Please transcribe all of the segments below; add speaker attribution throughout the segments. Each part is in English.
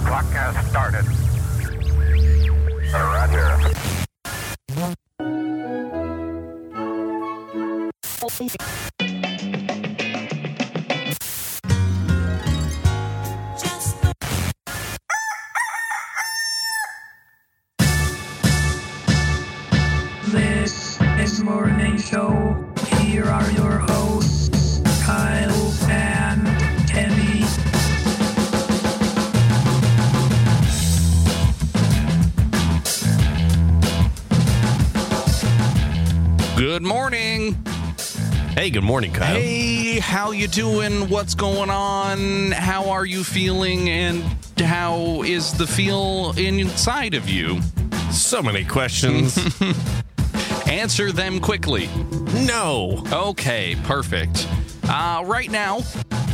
Speaker 1: contest started. Roger.
Speaker 2: This is Morning Show. Here are your hosts, Kyle and Kenny.
Speaker 3: Good morning.
Speaker 4: Hey, good morning, Kyle.
Speaker 3: Hey, how you doing? What's going on? How are you feeling? And how is the feel inside of you?
Speaker 4: So many questions.
Speaker 3: Answer them quickly.
Speaker 4: no.
Speaker 3: Okay, perfect. Uh, right now,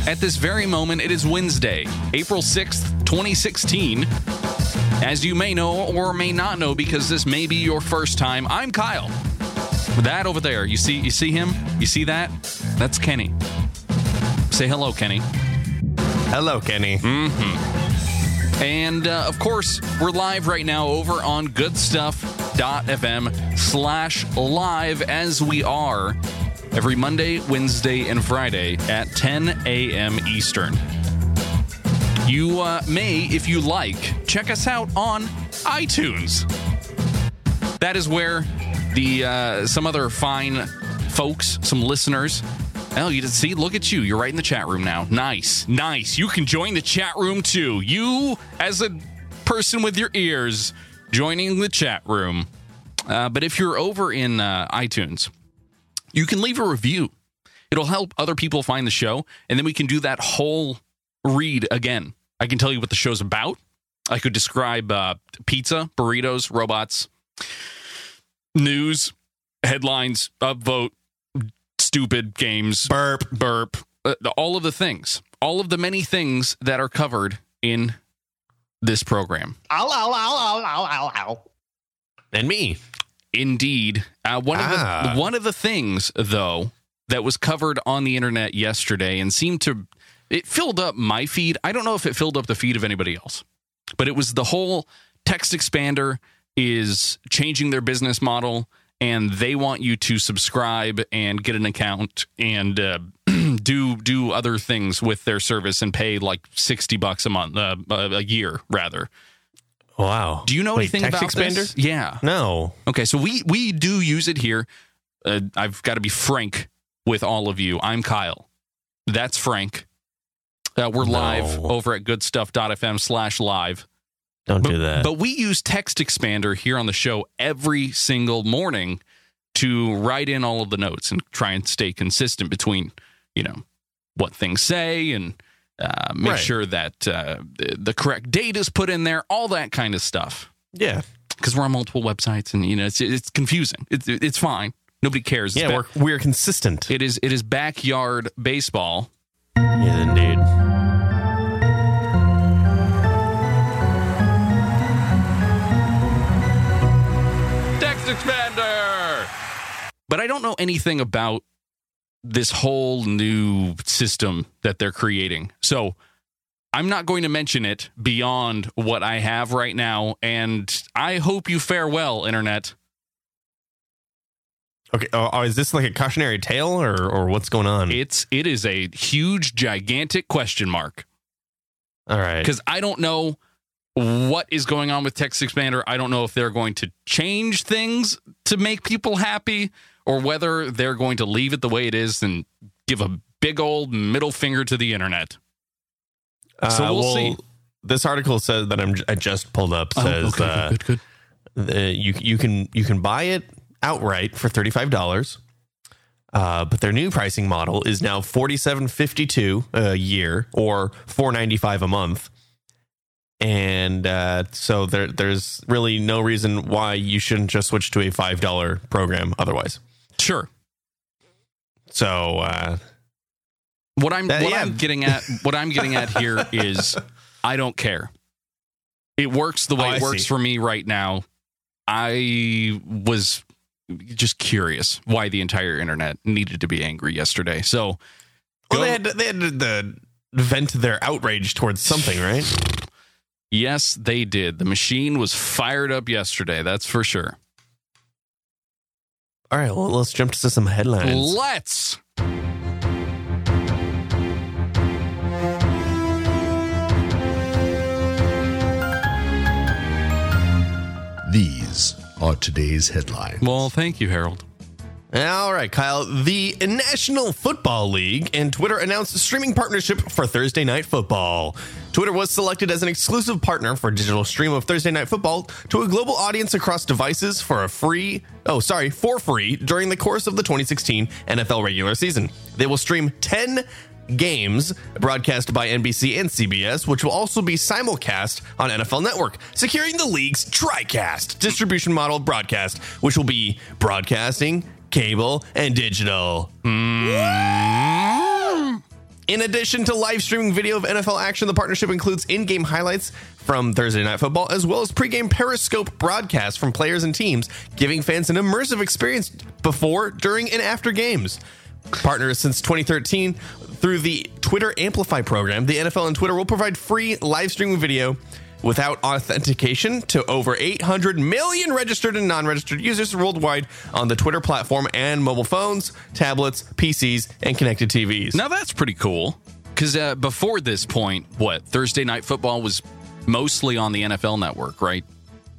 Speaker 3: at this very moment, it is Wednesday, April 6th, 2016. As you may know or may not know, because this may be your first time, I'm Kyle. That over there, you see, you see him? You see that? That's Kenny. Say hello, Kenny.
Speaker 4: Hello, Kenny. Mm.
Speaker 3: And uh, of course, we're live right now over on goodstuff.fm slash live as we are every Monday, Wednesday, and Friday at 10 a.m. Eastern. You uh, may, if you like, check us out on iTunes. That is where the uh, some other fine folks, some listeners. Oh, you did see? Look at you. You're right in the chat room now. Nice, nice. You can join the chat room too. You, as a person with your ears, joining the chat room. Uh, but if you're over in uh, iTunes, you can leave a review. It'll help other people find the show, and then we can do that whole read again. I can tell you what the show's about. I could describe uh, pizza, burritos, robots, news, headlines, upvote, stupid games,
Speaker 4: Burp.
Speaker 3: burp, uh, all of the things, all of the many things that are covered in this program.
Speaker 5: Ow, ow, ow, ow, ow, ow, ow.
Speaker 4: And me.
Speaker 3: Indeed, uh, one
Speaker 4: Ah.
Speaker 3: of the one of the things though that was covered on the internet yesterday and seemed to it filled up my feed. I don't know if it filled up the feed of anybody else, but it was the whole text expander is changing their business model and they want you to subscribe and get an account and uh, do do other things with their service and pay like 60 bucks a month uh, a year rather.
Speaker 4: Wow.
Speaker 3: Do you know
Speaker 4: Wait,
Speaker 3: anything
Speaker 4: text
Speaker 3: about
Speaker 4: expander?
Speaker 3: this? Yeah.
Speaker 4: No.
Speaker 3: Okay, so we we do use it here. Uh, I've got to be frank with all of you. I'm Kyle. That's Frank. Uh, we're
Speaker 4: No.
Speaker 3: live over at goodstuff.fm slash live.
Speaker 4: Don't
Speaker 3: But,
Speaker 4: do that.
Speaker 3: but we use Text Expander here on the show every single morning to write in all of the notes and try and stay consistent between, you know, what things say and uh, make
Speaker 4: Right.
Speaker 3: sure that uh, the, the correct date is put in there, all that kind of stuff
Speaker 4: yeah.
Speaker 3: because we're on multiple websites and you know it's it's confusing. It's it's fine. Nobody cares. It's
Speaker 4: Yeah,
Speaker 3: ba-
Speaker 4: we're, we're consistent.
Speaker 3: it is it is backyard baseball.
Speaker 4: yeah, indeed.
Speaker 3: Text expander. But I don't know anything about this whole new system that they're creating. So I'm not going to mention it beyond what I have right now and I hope you fare well internet.
Speaker 4: Okay. Oh, oh, is this like a cautionary tale or, or what's going on?
Speaker 3: It's it is a huge gigantic question mark.
Speaker 4: All right.
Speaker 3: because I don't know what is going on with Text Expander. I don't know if they're going to change things to make people happy or whether they're going to leave it the way it is and give a big old middle finger to the internet. so we'll see.
Speaker 4: Uh, This article says that I'm I just pulled up says uh,
Speaker 3: Oh, good, good.
Speaker 4: uh, you you can you can buy it outright for thirty five dollars. Uh, but their new pricing model is now forty seven fifty two a year or four ninety five a month, and uh, so there there's really no reason why you shouldn't just switch to a five dollar program otherwise.
Speaker 3: Sure.
Speaker 4: So uh,
Speaker 3: What I'm
Speaker 4: That-
Speaker 3: what
Speaker 4: Uh, yeah.
Speaker 3: I'm getting at what I'm getting at here is I don't care. It works the way
Speaker 4: Oh, I
Speaker 3: it works
Speaker 4: see.
Speaker 3: for me right now. I was just curious why the entire internet needed to be angry yesterday. So Go-
Speaker 4: well, they had to, they had to the, vent their outrage towards something, right?
Speaker 3: Yes, they did. The machine was fired up yesterday. That's for sure.
Speaker 4: All right, well, let's jump to some headlines.
Speaker 3: Let's.
Speaker 1: These are today's headlines.
Speaker 3: Well, thank you, Harold.
Speaker 4: All right, Kyle. The National Football League and Twitter announced a streaming partnership for Thursday Night Football. Twitter was selected as an exclusive partner for digital stream of Thursday Night Football to a global audience across devices for a free, oh, sorry, for free during the course of the 2016 NFL regular season. They will stream 10 games broadcast by NBC and CBS, which will also be simulcast on NFL Network, securing the league's TriCast distribution model broadcast, which will be broadcasting, cable, and digital. In addition to live streaming video of NFL action, the partnership includes in game highlights from Thursday Night Football, as well as pregame Periscope broadcasts from players and teams, giving fans an immersive experience before, during, and after games. Partners since 2013 through the Twitter Amplify program, the NFL and Twitter will provide free live streaming video without authentication to over 800 million registered and non-registered users worldwide on the Twitter platform and mobile phones, tablets, PCs, and connected TVs.
Speaker 3: Now that's pretty cool. Because uh, before this point, what Thursday night football was mostly on the NFL Network, right?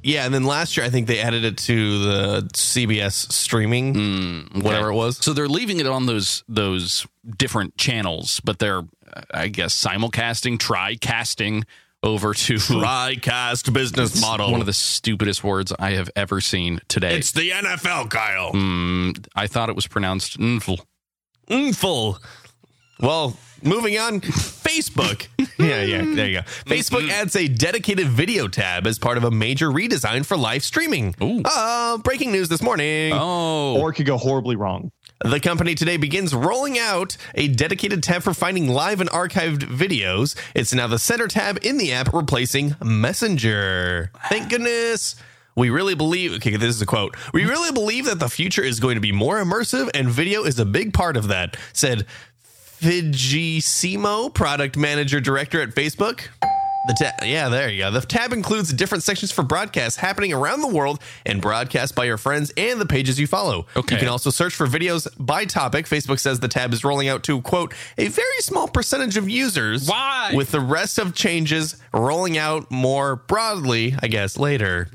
Speaker 4: Yeah, and then last year I think they added it to the CBS streaming, whatever it was.
Speaker 3: So they're leaving it on those those different channels, but they're, uh, I guess, simulcasting, tri casting over to
Speaker 4: Tricast business model.
Speaker 3: One of the stupidest words I have ever seen today.
Speaker 4: it's the NFL, Kyle.
Speaker 3: I thought it was pronounced nfl.
Speaker 4: Mful. Hmm, Well, moving on, Facebook. Hmm. yeah, yeah, there you go. Facebook adds a dedicated video tab as part of a major redesign for live streaming.
Speaker 3: Ooh.
Speaker 4: Uh, breaking news this morning.
Speaker 3: Oh,
Speaker 5: Or it could go horribly wrong.
Speaker 4: The company today begins rolling out a dedicated tab for finding live and archived videos. It's now the center tab in the app, replacing Messenger. Thank goodness. We really believe, okay, this is a quote. We really believe that the future is going to be more immersive, and video is a big part of that, said Fijisimo, product manager director at Facebook. The ta- yeah, there you go. The tab includes different sections for broadcasts happening around the world and broadcast by your friends and the pages you follow.
Speaker 3: Okay.
Speaker 4: You can also search for videos by topic. Facebook says the tab is rolling out to, quote, a very small percentage of users.
Speaker 3: Why?
Speaker 4: With the rest of changes rolling out more broadly, I guess, later.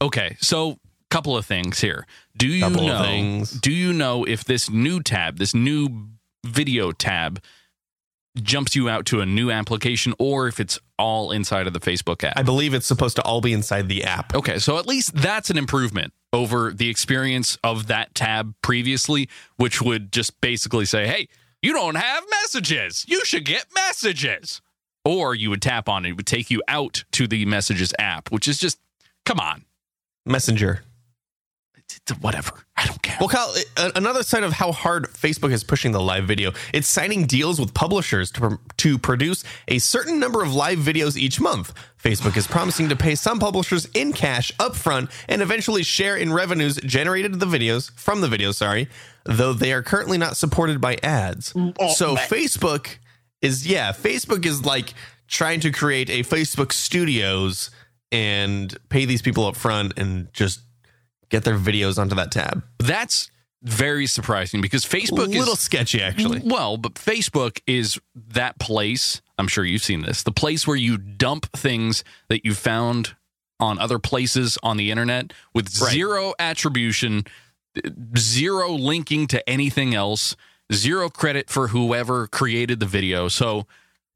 Speaker 3: Okay, so couple of things here. Do you
Speaker 4: Couple of
Speaker 3: know?
Speaker 4: things.
Speaker 3: Do you know if this new tab, this new video tab, jumps you out to a new application, or if it's all inside of the Facebook app?
Speaker 4: I believe it's supposed to all be inside the app.
Speaker 3: okay, so at least that's an improvement over the experience of that tab previously, which would just basically say, "Hey, you don't have messages. You should get messages." Or you would tap on it; it would take you out to the messages app, which is just, come on,
Speaker 4: Messenger.
Speaker 3: It's- it's whatever. I don't care.
Speaker 4: Well, Kyle, a- another sign of how hard Facebook is pushing the live video, it's signing deals with publishers to, pr- to produce a certain number of live videos each month. Facebook is promising to pay some publishers in cash upfront and eventually share in revenues generated the videos from the videos, sorry, though they are currently not supported by ads. So Facebook is yeah, Facebook is like trying to create a Facebook Studios and pay these people up front and just get their videos onto that tab.
Speaker 3: That's very surprising because Facebook
Speaker 4: a little
Speaker 3: is
Speaker 4: sketchy actually.
Speaker 3: well, but Facebook is that place. I'm sure you've seen this. The place where you dump things that you found on other places on the internet with
Speaker 4: Right.
Speaker 3: zero attribution, zero linking to anything else, zero credit for whoever created the video. So,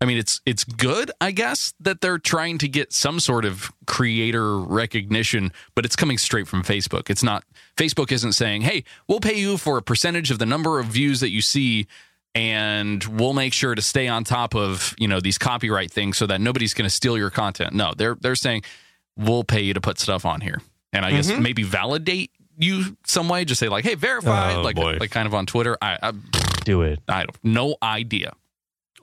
Speaker 3: I mean, it's it's good, I guess, that they're trying to get some sort of creator recognition, but it's coming straight from Facebook. It's not Facebook isn't saying, "Hey, we'll pay you for a percentage of the number of views that you see." And we'll make sure to stay on top of you know these copyright things so that nobody's going to steal your content. No, they're they're saying we'll pay you to put stuff on here, and I
Speaker 4: Mm-hmm.
Speaker 3: guess maybe validate you some way. Just say like, hey, verify,
Speaker 4: Oh,
Speaker 3: like
Speaker 4: boy.
Speaker 3: like kind of on Twitter. I, I
Speaker 5: Do it.
Speaker 3: I don't no idea.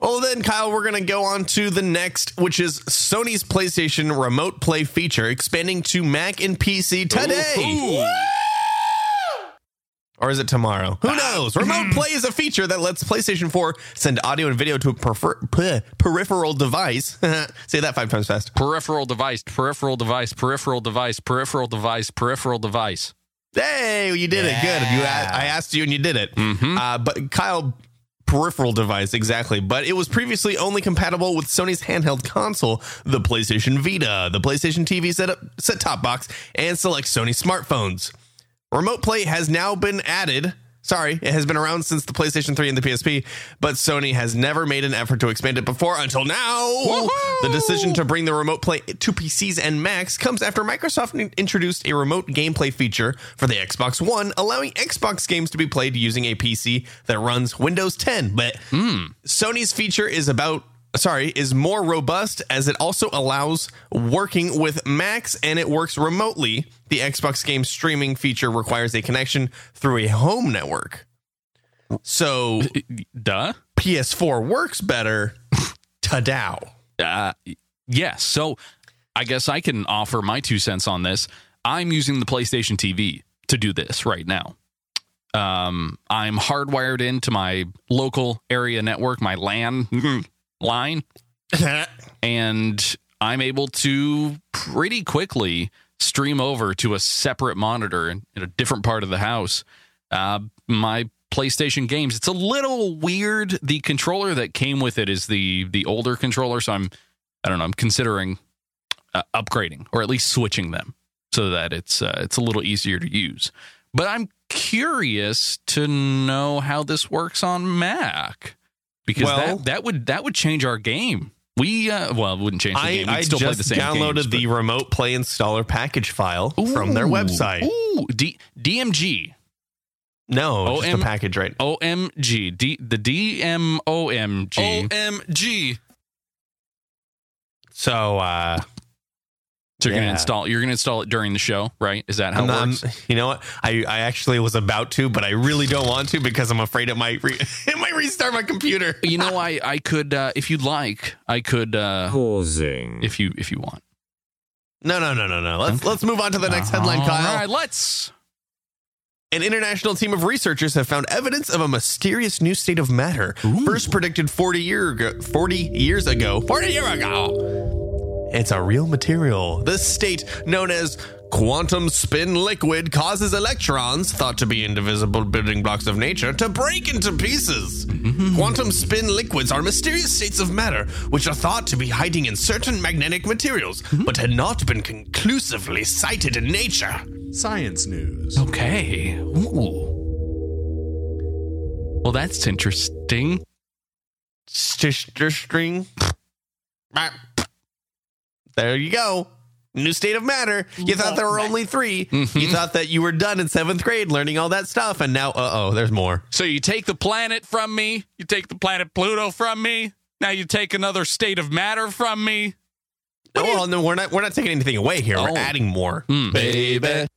Speaker 4: Well, Oh, then, Kyle, we're going to go on to the next, which is Sony's PlayStation Remote Play feature expanding to Mac and PC today.
Speaker 3: Ooh.
Speaker 4: or is it tomorrow? Who knows? Remote play is a feature that lets PlayStation 4 send audio and video to a prefer- p- peripheral device. Say that five times fast.
Speaker 3: Peripheral device, peripheral device, peripheral device, peripheral device, peripheral device.
Speaker 4: Hey, you did it. Good. You, a- I asked you and you did it. Uh, but Kyle, peripheral device, exactly. But it was previously only compatible with Sony's handheld console, the PlayStation Vita, the PlayStation TV setup, set top box, and select Sony smartphones. Remote play has now been added. Sorry, it has been around since the PlayStation 3 and the PSP, but Sony has never made an effort to expand it before until now. The decision to bring the remote play to PCs and Macs comes after Microsoft n- introduced a remote gameplay feature for the Xbox One, allowing Xbox games to be played using a PC that runs Windows 10. But Sony's feature is about sorry is more robust as it also allows working with Macs and it works remotely. The Xbox game streaming feature requires a connection through a home network. So
Speaker 3: Duh.
Speaker 4: PS4 works better. Ta-dow.
Speaker 3: Uh, yes. So I guess I can offer my two cents on this. I'm using the PlayStation TV to do this right now. Um, I'm hardwired into my local area network, my LAN line, and I'm able to pretty quickly stream over to a separate monitor in, in a different part of the house. Uh, my PlayStation games. It's a little weird. The controller that came with it is the the older controller, so I'm I don't know. I'm considering uh, upgrading or at least switching them so that it's uh, it's a little easier to use. But I'm curious to know how this works on Mac because
Speaker 4: Well-
Speaker 3: that, that would that would change our game. We uh, well, it wouldn't change the
Speaker 4: I,
Speaker 3: game. We'd
Speaker 4: I
Speaker 3: still play
Speaker 4: just
Speaker 3: the same
Speaker 4: downloaded
Speaker 3: games,
Speaker 4: the remote play installer package file
Speaker 3: but-
Speaker 4: from their
Speaker 3: Ooh,
Speaker 4: website.
Speaker 3: Ooh, D- DMG.
Speaker 4: No, just
Speaker 3: OM
Speaker 4: a package, right?
Speaker 3: OMG. D- the DMOMG.
Speaker 6: OMG.
Speaker 4: So uh
Speaker 3: So you're
Speaker 4: Yeah.
Speaker 3: gonna install. You're gonna install it during the show, right? Is that how
Speaker 4: I'm
Speaker 3: it
Speaker 4: not-
Speaker 3: works?
Speaker 4: you know what? I, I actually was about to, but I really don't want to because I'm afraid it might re- it might restart my computer.
Speaker 3: you know, I I could uh, if you'd like, I could uh,
Speaker 7: Pausing.
Speaker 3: if you if you want.
Speaker 4: No, no, no, no, no. Let's let's move on to the next headline,
Speaker 3: All
Speaker 4: Kyle.
Speaker 3: right, let's.
Speaker 4: An international team of researchers have found evidence of a mysterious new state of matter, first predicted 40 year ago, 40 years ago. 40 year ago. It's a real material. This state, known as quantum spin liquid, causes electrons, thought to be indivisible building blocks of nature, to break into pieces. Quantum spin liquids are mysterious states of matter which are thought to be hiding in certain magnetic materials, but had not been conclusively cited in nature.
Speaker 1: Science news.
Speaker 3: Okay. Ooh. Well, that's interesting.
Speaker 4: Sister string. There you go. New state of matter. You thought there were only 3 You thought that you were done in seventh grade learning all that stuff, and now, uh oh, there's more.
Speaker 3: So you take the planet from me. You take the planet Pluto from me. Now you take another state of matter from me.
Speaker 4: Well, no, we're not. We're not taking anything away here.
Speaker 3: Oh.
Speaker 4: We're adding more, Hmm. baby.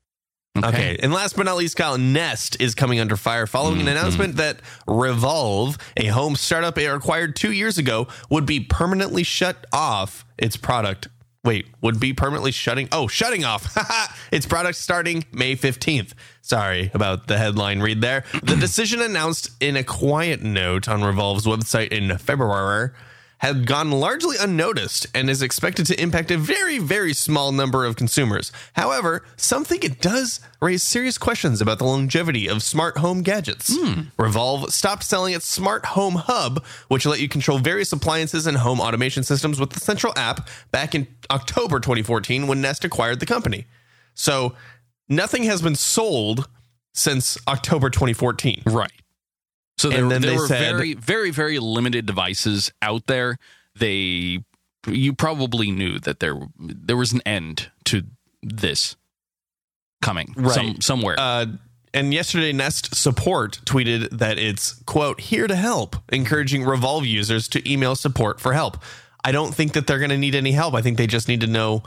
Speaker 4: Okay. Hmm. and last but not least, Kyle Nest is coming under fire following an announcement that Revolve, a home startup it acquired two years ago, would be permanently shut off its product. Wait, would be permanently shutting? Oh, shutting off its product starting May fifteenth. Sorry about the headline read there. The decision announced in a quiet note on Revolve's website in February had gone largely unnoticed and is expected to impact a very, very small number of consumers. However, some think it does raise serious questions about the longevity of smart home gadgets. Revolve stopped selling its smart home hub, which let you control various appliances and home automation systems with the central app back in October 2014 when Nest acquired the company. So nothing has been sold since October 2014.
Speaker 3: Right. So there,
Speaker 4: And then
Speaker 3: there
Speaker 4: they
Speaker 3: were
Speaker 4: said-
Speaker 3: very, very, very limited devices out there. They, you probably knew that there there was an end to this coming
Speaker 4: Right.
Speaker 3: some, somewhere.
Speaker 4: Uh, and yesterday, Nest support tweeted that it's quote here to help, encouraging Revolve users to email support for help. I don't think that they're going to need any help. I think they just need to know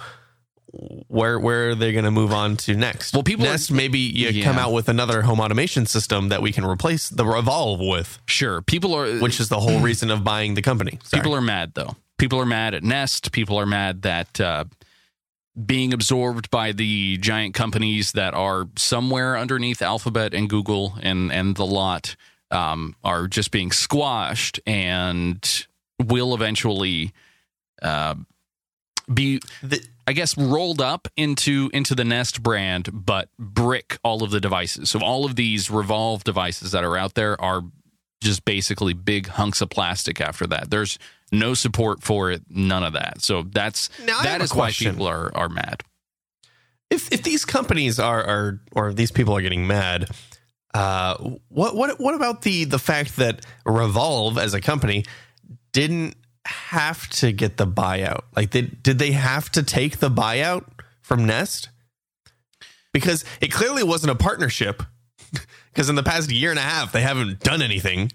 Speaker 4: where where they're going to move on to next.
Speaker 3: Well, people are-
Speaker 4: Nest maybe you
Speaker 3: Yeah.
Speaker 4: come out with another home automation system that we can replace the Revolve with,
Speaker 3: sure, people are
Speaker 4: which is the whole
Speaker 3: Mm.
Speaker 4: reason of buying the company. Sorry.
Speaker 3: people are mad though. People are mad at Nest. People are mad that uh, being absorbed by the giant companies that are somewhere underneath Alphabet and Google and and the lot um, are just being squashed and will eventually uh, be
Speaker 4: The,
Speaker 3: I guess rolled up into into the Nest brand, but brick all of the devices. So all of these Revolve devices that are out there are just basically big hunks of plastic. After that, there's no support for it, none of that. So that's
Speaker 4: Now, I have
Speaker 3: that
Speaker 4: a
Speaker 3: is why
Speaker 4: question.
Speaker 3: people are are mad.
Speaker 4: if if these companies are are or these people are getting mad, uh, what what what about the the fact that Revolve as a company didn't have to get the buyout? Like, they, did they have to take the buyout from Nest? Because it clearly wasn't a partnership. Because in the past year and a half, they haven't done anything.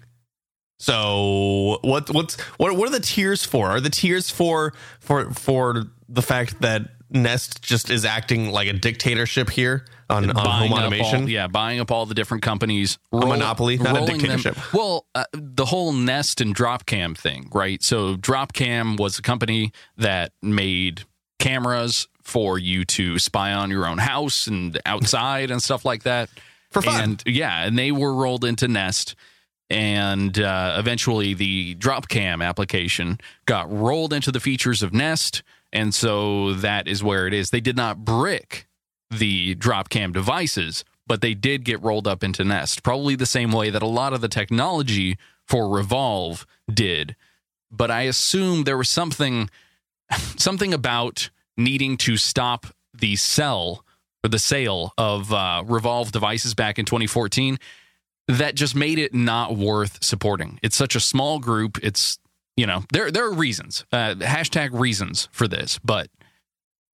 Speaker 4: So what what's what what are the tiers for? Are the tiers for for for the fact that Nest just is acting like a dictatorship here on, on Uh, home
Speaker 3: up
Speaker 4: automation?
Speaker 3: all- yeah, buying up all the different companies. roll-
Speaker 4: monopoly, not a
Speaker 3: rolling them-
Speaker 4: dictatorship.
Speaker 3: Well, uh, the whole Nest and Dropcam thing, right? So Dropcam was a company that made cameras for you to spy on your own house and outside and stuff like that.
Speaker 4: For fun.
Speaker 3: And yeah, and they were rolled into Nest. And uh, eventually, the Dropcam application got rolled into the features of Nest, and so that is where it is. They did not brick the Dropcam devices, but they did get rolled up into Nest, probably the same way that a lot of the technology for Revolve did. But I assume there was something something about needing to stop the sell or the sale of uh, Revolve devices back in 2014 that just made it not worth supporting. It's such a small group. It's you know there there are reasons uh, hashtag reasons for this, but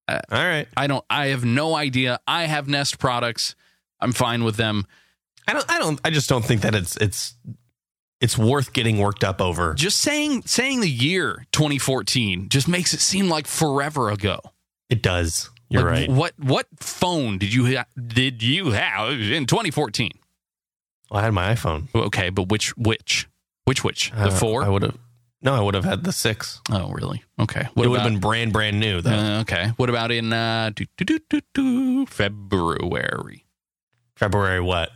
Speaker 4: All right.
Speaker 3: I don't. I have no idea. I have Nest products. I'm fine with them.
Speaker 4: I don't I don't I just don't think that it's it's it's worth getting worked up over.
Speaker 3: Just saying saying the year 2014 just makes it seem like forever ago.
Speaker 4: It does. You're
Speaker 3: Like,
Speaker 4: right.
Speaker 3: What what phone did you ha- did you have in 2014?
Speaker 4: I had my iPhone.
Speaker 3: Okay, but which which which which the
Speaker 4: Uh,
Speaker 3: four?
Speaker 4: I would have No, I would have had the 6.
Speaker 3: oh, really? Okay. What
Speaker 4: it would
Speaker 3: about-
Speaker 4: have been brand brand new though.
Speaker 3: Uh, okay. What about in uh, do, do, do, do, do, February
Speaker 4: February what?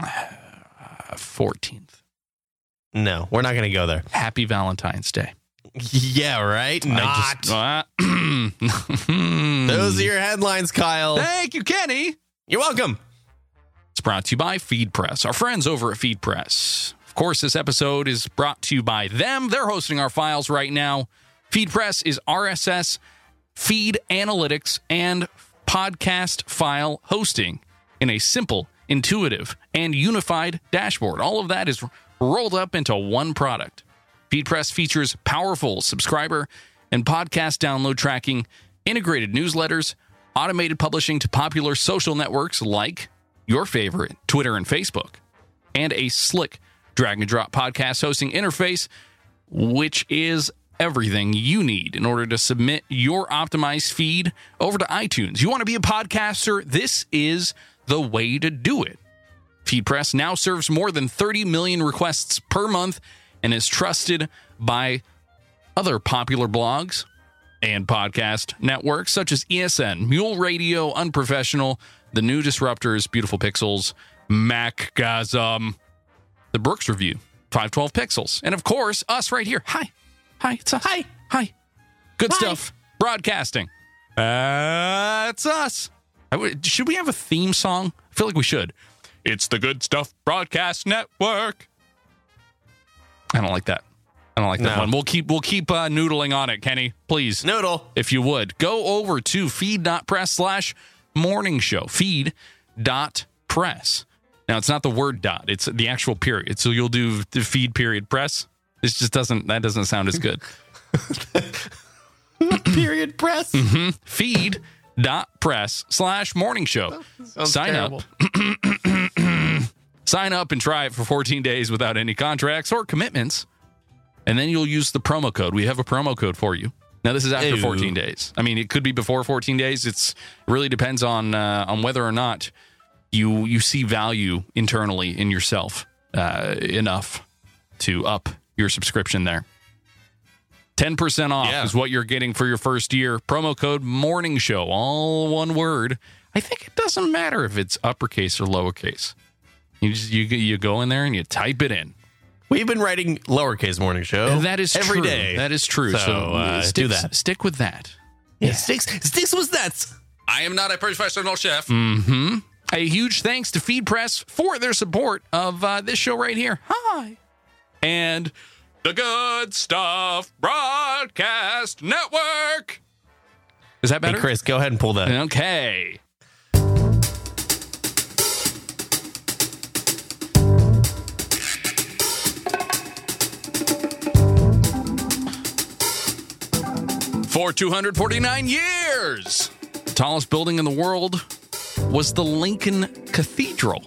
Speaker 3: uh, 14th?
Speaker 4: No, we're not going to go there.
Speaker 3: Happy Valentine's Day.
Speaker 4: Yeah, right?
Speaker 3: I just- Uh,
Speaker 4: Those are your headlines, Kyle.
Speaker 3: Thank you, Kenny.
Speaker 4: You're welcome.
Speaker 3: It's brought to you by Feed Press, our friends over at Feed Press. Of course, this episode is brought to you by them. They're hosting our files right now. Feed Press is RSS, feed analytics, and podcast file hosting in a simple, intuitive, and unified dashboard. All of that is rolled up into one product. FeedPress features powerful subscriber and podcast download tracking, integrated newsletters, automated publishing to popular social networks like your favorite, Twitter and Facebook, and a slick drag and drop podcast hosting interface, which is everything you need in order to submit your optimized feed over to iTunes. You want to be a podcaster? This is the way to do it. FeedPress now serves more than 30 million requests per month and is trusted by other popular blogs and podcast networks such as ESN, Mule Radio, Unprofessional, The New Disruptors, Beautiful Pixels, MacGasm, The Brooks Review, 512 Pixels, and of course, us right here. Hi. Hi. It's us. Hi. Hi. Good stuff. Broadcasting. That's us. I would- should we have a theme song? I feel like we should. It's the Good Stuff Broadcast Network. I don't like that. I don't like that
Speaker 4: No.
Speaker 3: one. We'll keep we'll keep uh, noodling on it, Kenny. Please
Speaker 4: Noodle.
Speaker 3: if you would. Go over to feed.press slash morning show. Feed.press. Now, it's not the word dot, it's the actual period. So you'll do the feed period press. This just doesn't, that doesn't sound as good.
Speaker 4: Period press.
Speaker 3: feed.press slash morning show. Sign up. Sign up and try it for 14 days without any contracts or commitments. And then you'll use the promo code. We have a promo code for you. Now this is after
Speaker 4: Ew.
Speaker 3: 14 days. I mean, it could be before 14 days. It's it really depends on uh, on whether or not you you see value internally in yourself uh, enough to up your subscription there. 10% off
Speaker 4: Yeah.
Speaker 3: is what you're getting for your first year. Promo code morning show, all one word. I think it doesn't matter if it's uppercase or lowercase. You just you you go in there and you type it in.
Speaker 4: We've been writing lowercase morning show.
Speaker 3: And that is
Speaker 4: every
Speaker 3: true.
Speaker 4: day.
Speaker 3: That is true. So,
Speaker 4: So, uh,
Speaker 3: stick,
Speaker 4: do that.
Speaker 3: Stick with that.
Speaker 4: yeah. Sticks, sticks was nuts.
Speaker 6: I am not a professional chef.
Speaker 3: A huge thanks to Feed Press for their support of uh, this show right here. Hi. And the Good Stuff Broadcast Network. Is that better?
Speaker 4: Hey, Chris, go ahead and pull that.
Speaker 3: Okay. For 249 years, the tallest building in the world was the Lincoln Cathedral.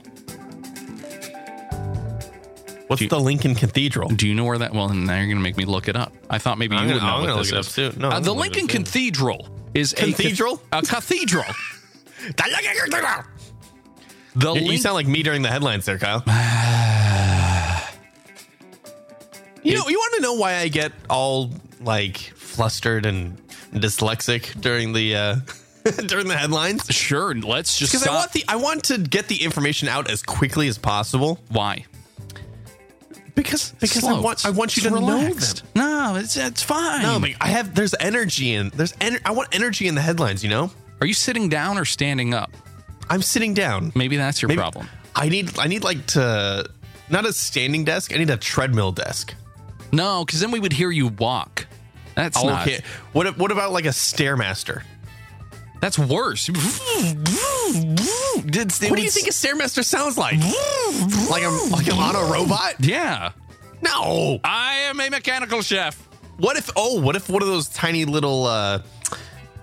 Speaker 4: What's the Lincoln Cathedral?
Speaker 3: Do you know where that? Well, now you're going to make me look it up. I thought maybe
Speaker 4: I'm
Speaker 3: you
Speaker 4: gonna- I'm
Speaker 3: would know
Speaker 4: gonna
Speaker 3: what this
Speaker 4: look it
Speaker 3: is.
Speaker 4: up too. No,
Speaker 3: Uh,
Speaker 4: I'm
Speaker 3: the
Speaker 4: gonna look it
Speaker 3: Lincoln
Speaker 4: up.
Speaker 3: Cathedral is
Speaker 4: Cathedral?
Speaker 3: a cath- a cathedral. the
Speaker 4: You- You
Speaker 3: Lincoln-
Speaker 4: sound like me during the headlines there, Kyle. you know, you want to know why I get all like flustered and dyslexic during the uh during the headlines?
Speaker 3: Sure, let's just
Speaker 4: Because I
Speaker 3: stop.
Speaker 4: want the I want to get the information out as quickly as possible.
Speaker 3: Why?
Speaker 4: Because because I
Speaker 3: Slow.
Speaker 4: want I want you
Speaker 3: Just
Speaker 4: to
Speaker 3: relax.
Speaker 4: know them.
Speaker 3: No, it's it's fine.
Speaker 4: No, but I have there's energy in there's ener- I want energy in the headlines. You know,
Speaker 3: Are you sitting down or standing up?
Speaker 4: I'm sitting down.
Speaker 3: Maybe that's your
Speaker 4: Maybe-
Speaker 3: problem.
Speaker 4: I need I need like to not a standing desk. I need a treadmill desk.
Speaker 3: No, because then we would hear you walk. That's
Speaker 4: I'll
Speaker 3: not.
Speaker 4: hit- What what about like a stairmaster?
Speaker 3: That's worse.
Speaker 4: what do you think a stairmaster sounds like? like I'm like I'm on a robot?
Speaker 3: Yeah,
Speaker 4: No.
Speaker 3: I am a mechanical chef.
Speaker 4: What if oh what if one of those tiny little uh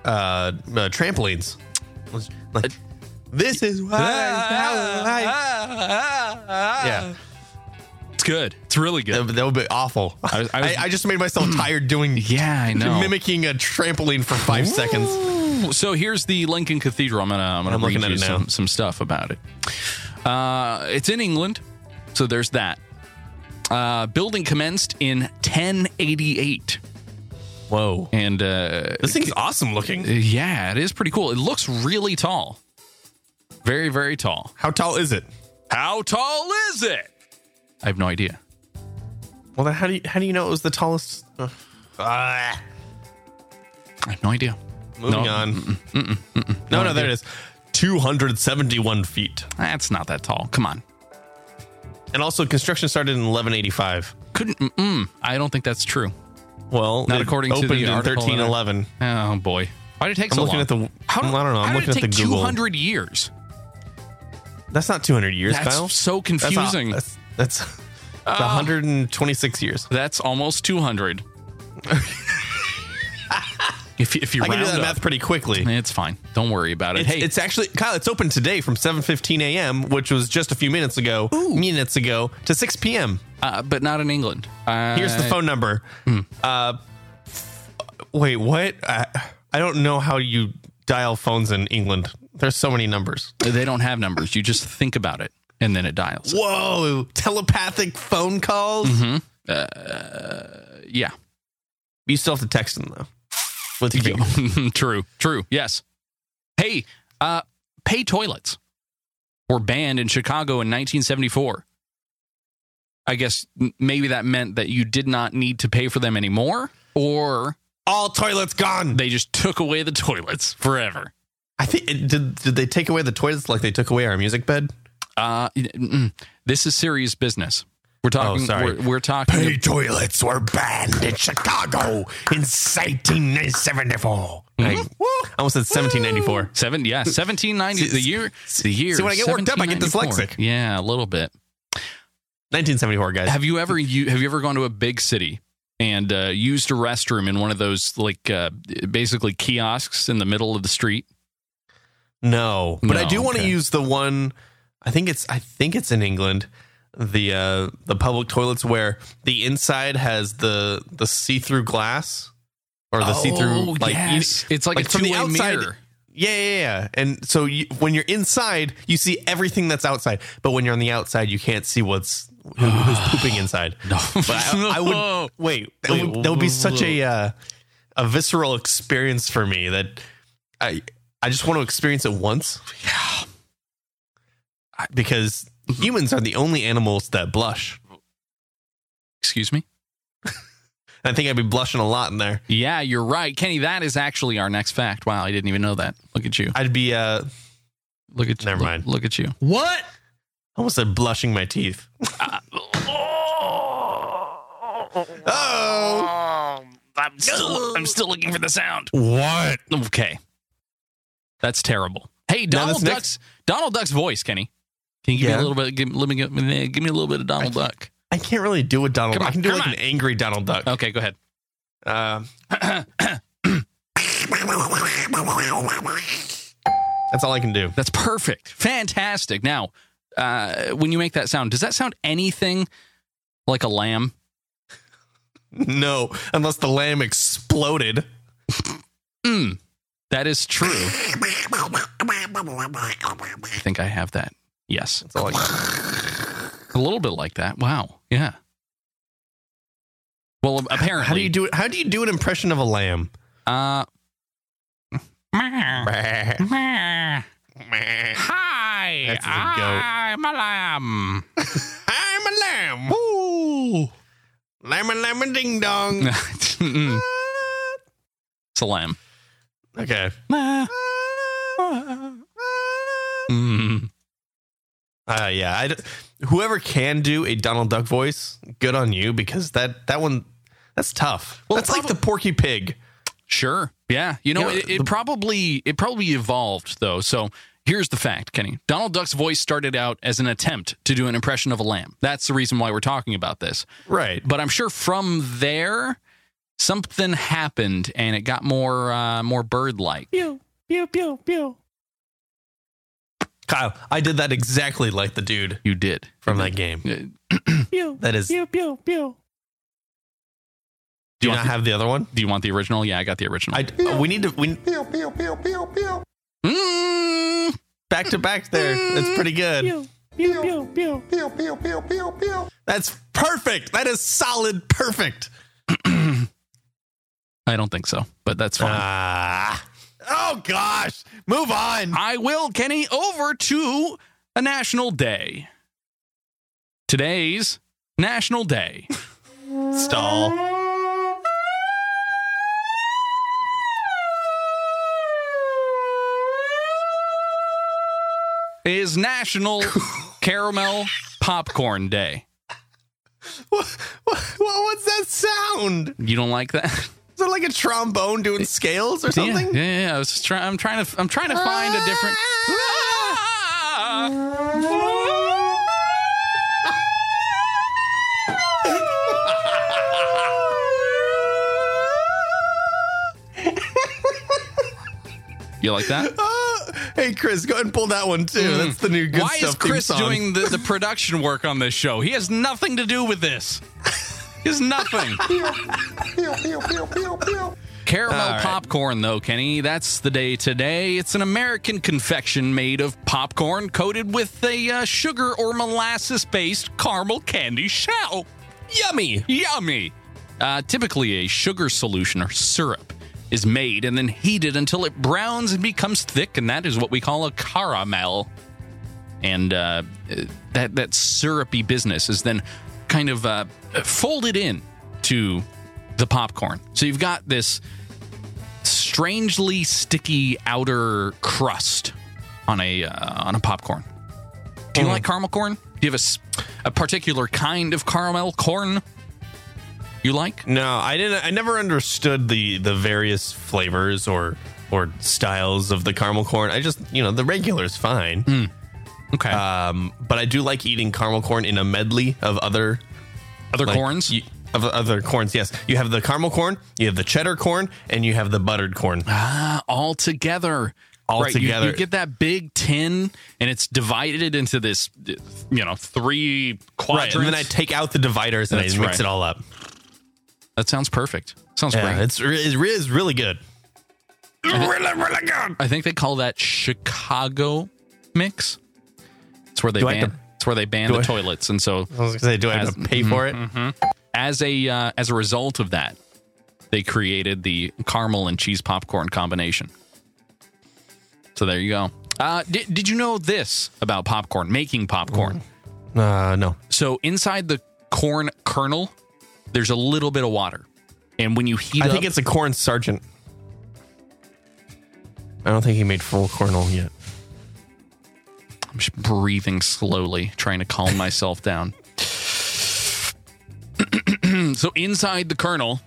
Speaker 4: uh, uh trampolines? was Like, this is why. I- yeah,
Speaker 3: It's good. It's really good.
Speaker 4: that, would- that would be awful. I,
Speaker 3: was- I was-
Speaker 4: I just made myself tired doing
Speaker 3: yeah, I know.
Speaker 4: mimicking a trampoline for five seconds.
Speaker 3: So here's the Lincoln Cathedral. I'm gonna I'm gonna
Speaker 4: I'm
Speaker 3: read
Speaker 4: looking at
Speaker 3: you
Speaker 4: it now.
Speaker 3: some, some stuff about it. Uh, it's in England, so there's that. Uh, building commenced in 1088,
Speaker 4: Whoa,
Speaker 3: and uh,
Speaker 4: this thing's awesome looking.
Speaker 3: yeah, it is pretty cool. It looks really tall, very very tall.
Speaker 4: How tall is it?
Speaker 3: How tall is it? I have no idea.
Speaker 4: Well, then how do you how do you know it was the tallest? Ugh. Ah.
Speaker 3: I have no idea.
Speaker 4: Moving
Speaker 3: No.
Speaker 4: on. No, no, there it is. 271 feet.
Speaker 3: That's not that tall. Come on.
Speaker 4: And also, construction started in 1185.
Speaker 3: Couldn't. Mm, I don't think that's true.
Speaker 4: Well,
Speaker 3: Not
Speaker 4: it
Speaker 3: according to
Speaker 4: opened
Speaker 3: the
Speaker 4: in
Speaker 3: article that I-
Speaker 4: 1311.
Speaker 3: Oh boy. Why did it take
Speaker 4: I'm
Speaker 3: so
Speaker 4: looking
Speaker 3: long?
Speaker 4: at the.
Speaker 3: How
Speaker 4: I don't know. I'm
Speaker 3: how did
Speaker 4: looking
Speaker 3: it
Speaker 4: at the
Speaker 3: take
Speaker 4: Google.
Speaker 3: 200 years.
Speaker 4: That's not 200 years,
Speaker 3: That's
Speaker 4: Kyle.
Speaker 3: so
Speaker 4: That's a-
Speaker 3: confusing. Oh. That's,
Speaker 4: That's that's, that's 126 years.
Speaker 3: almost 200. if, if you
Speaker 4: I can
Speaker 3: round
Speaker 4: do that
Speaker 3: up,
Speaker 4: math pretty quickly.
Speaker 3: it's fine. Don't worry about it.
Speaker 4: It's,
Speaker 3: hey,
Speaker 4: it's actually Kyle. It's open today from 7:15 a.m., which was just a few minutes ago. Minutes ago to 6 p.m.
Speaker 3: uh, but not in England. Uh,
Speaker 4: Here's the phone number. Uh, f- wait, what? I, I don't know how you dial phones in England. There's so many numbers.
Speaker 3: They don't have numbers. You just think about it, and then it dials.
Speaker 4: Whoa, telepathic phone calls.
Speaker 3: Yeah.
Speaker 4: You still have to text them though. With your finger.
Speaker 3: true. True. Yes. Hey, uh, pay toilets were banned in Chicago in 1974. I guess m- maybe that meant that you did not need to pay for them anymore, or
Speaker 4: all toilets gone.
Speaker 3: they just took away the toilets forever.
Speaker 4: I think it, did. Did they take away the toilets like they took away our music bed?
Speaker 3: Uh, mm, this is serious business. We're talking.
Speaker 4: Oh, sorry.
Speaker 3: We're, we're talking.
Speaker 4: toilets were banned in Chicago in 1774. I almost said 1794.
Speaker 3: Seven, yeah, seventeen ninety. The year, the year.
Speaker 4: see, when I get worked up, I get
Speaker 3: 1794.
Speaker 4: dyslexic.
Speaker 3: Yeah, a little bit.
Speaker 4: 1974, guys.
Speaker 3: Have you ever you have you ever gone to a big city and uh, used a restroom in one of those like uh, basically kiosks in the middle of the street?
Speaker 4: No, but I
Speaker 3: No,
Speaker 4: do want to
Speaker 3: okay.
Speaker 4: use the one. I think it's I think it's in England. The uh, the public toilets where the inside has the the see through glass or the see through like
Speaker 3: Oh, yes.
Speaker 4: you-
Speaker 3: It's like a two-way mirror.
Speaker 4: Yeah, yeah, yeah. And so you, when you're inside, you see everything that's outside. But when you're on the outside, you can't see what's who, who's pooping inside. No, but I, I
Speaker 3: No.
Speaker 4: would wait. That would, that would be such a uh, a visceral experience for me that I I just want to experience it once. Yeah, because humans are the only animals that blush.
Speaker 3: Excuse me?
Speaker 4: I think I'd be blushing a lot in there.
Speaker 3: Yeah, you're right. Kenny, that is actually our next fact. Wow, I didn't even know that. Look at you.
Speaker 4: I'd be uh,
Speaker 3: Look at you.
Speaker 4: Never
Speaker 3: Look-
Speaker 4: mind.
Speaker 3: Look at you.
Speaker 6: What?
Speaker 4: almost said blushing my teeth. oh,
Speaker 3: I'm still, I'm still looking for the sound.
Speaker 6: What?
Speaker 3: Okay. That's terrible. Hey,
Speaker 4: Now
Speaker 3: Donald
Speaker 4: this next-
Speaker 3: Duck's Donald Duck's voice, Kenny. Can you give
Speaker 4: Yeah.
Speaker 3: me a little bit? Give, let me give, me- give me a little bit of Donald Duck.
Speaker 4: I can't really do a Donald.
Speaker 3: Come
Speaker 4: Duck.
Speaker 3: on,
Speaker 4: I can do
Speaker 3: come
Speaker 4: like
Speaker 3: on. Oh.
Speaker 4: an angry Donald Duck.
Speaker 3: Okay, go ahead.
Speaker 4: Um, that's all I can do.
Speaker 3: That's perfect. Fantastic. Now, uh, when you make that sound, does that sound anything like a lamb?
Speaker 4: No, unless the lamb exploded.
Speaker 3: That is true. I think I have that. Yes.
Speaker 4: That's all I got.
Speaker 3: A little bit like that. Wow. Yeah. Well, apparently.
Speaker 4: How do you do it? How do you do an impression of a lamb?
Speaker 3: Uh,
Speaker 4: That's
Speaker 3: Hi,
Speaker 4: a goat.
Speaker 3: I'm a lamb.
Speaker 4: I'm a lamb. Ooh, lamb and lamb and ding dong.
Speaker 3: Mm-mm. it's a lamb.
Speaker 4: okay. Ah.
Speaker 3: Mm.
Speaker 4: Uh, yeah. I d whoever can do a Donald Duck voice, good on you because that that one that's tough.
Speaker 3: Well,
Speaker 4: that's like the Porky Pig.
Speaker 3: Sure. Yeah. You know,
Speaker 4: Yeah,
Speaker 3: it, it probably it probably evolved though. So here's the fact, Kenny. Donald Duck's voice started out as an attempt to do an impression of a lamb. That's the reason why we're talking about this.
Speaker 4: Right.
Speaker 3: But I'm sure from there something happened and it got more uh, more bird like.
Speaker 4: Kyle, I did that exactly like the dude
Speaker 3: You did.
Speaker 4: from that game.
Speaker 3: Uh, Do
Speaker 4: That is. Pew, pew, pew. Do you
Speaker 3: want
Speaker 4: not
Speaker 3: the-
Speaker 4: have the other one?
Speaker 3: you want the original? Yeah, I got the original.
Speaker 4: I uh, we need to we
Speaker 3: Mm.
Speaker 4: back to back there. That's pretty good. That's perfect. That is solid perfect.
Speaker 3: I don't think so, but that's fine.
Speaker 4: Ah. oh gosh. Move on.
Speaker 3: I will, Kenny, over to a national day. Today's national day.
Speaker 4: Stall.
Speaker 3: is National Caramel Popcorn Day.
Speaker 4: What, what, what's that sound?
Speaker 3: You don't like that?
Speaker 4: Is it like a trombone doing scales or something? Ah.
Speaker 3: Yeah, yeah, yeah. I was just trying. I'm trying to. I'm trying to find a different. You like that?
Speaker 4: Ah. hey Chris, go ahead and pull that one too. That's the new good
Speaker 3: Why
Speaker 4: stuff
Speaker 3: is Chris
Speaker 4: theme song.
Speaker 3: doing the, the production work on this show? He has nothing to do with this. He has nothing. Caramel
Speaker 4: All right.
Speaker 3: popcorn, though, Kenny. That's the day today. It's an American confection made of popcorn coated with a uh, sugar or molasses based caramel candy shell. Yummy. Yummy. Uh, typically, a sugar solution or syrup is made and then heated until it browns and becomes thick, and that is what we call a caramel and uh, that that syrupy business is then kind of uh, folded in to the popcorn. So you've got this strangely sticky outer crust on a uh, on a popcorn. Do you
Speaker 4: Hmm.
Speaker 3: like caramel corn? Do you have a s- a, particular kind of caramel corn you like?
Speaker 4: No, I didn't. I never understood the the various flavors or or styles of the caramel corn. I just you know the regular is fine,
Speaker 3: Okay,
Speaker 4: um, but I do like eating caramel corn in a medley of other
Speaker 3: other
Speaker 4: like,
Speaker 3: corns.
Speaker 4: y- of other corns. Yes, you have the caramel corn, you have the cheddar corn, and you have the buttered corn.
Speaker 3: Uh, all together.
Speaker 4: All
Speaker 3: you-
Speaker 4: together.
Speaker 3: You, get that big tin, and it's divided into this, you know, three
Speaker 4: right,
Speaker 3: quadrants.
Speaker 4: and then I take out the dividers and
Speaker 3: That's
Speaker 4: I mix
Speaker 3: right.
Speaker 4: it all up.
Speaker 3: that sounds perfect. Sounds
Speaker 4: Yeah,
Speaker 3: great.
Speaker 4: it's re- it is really good. Really, really good.
Speaker 3: I think they call that Chicago mix. It's where they
Speaker 4: Do I
Speaker 3: ban.
Speaker 4: have to
Speaker 3: It's where they ban the
Speaker 4: I-
Speaker 3: toilets, and so
Speaker 4: I was gonna say, do I have to pay for it?
Speaker 3: as a uh, as a result of that, they created the caramel and cheese popcorn combination. So there you go. Uh, did, did you know this about popcorn? Making popcorn.
Speaker 4: Uh, no.
Speaker 3: So inside the corn kernel, there's a little bit of water, and when you heat
Speaker 4: I
Speaker 3: up,
Speaker 4: think it's a corn sergeant. I don't think he made full cornel yet.
Speaker 3: I'm just breathing slowly, trying to calm myself down. so inside the kernel,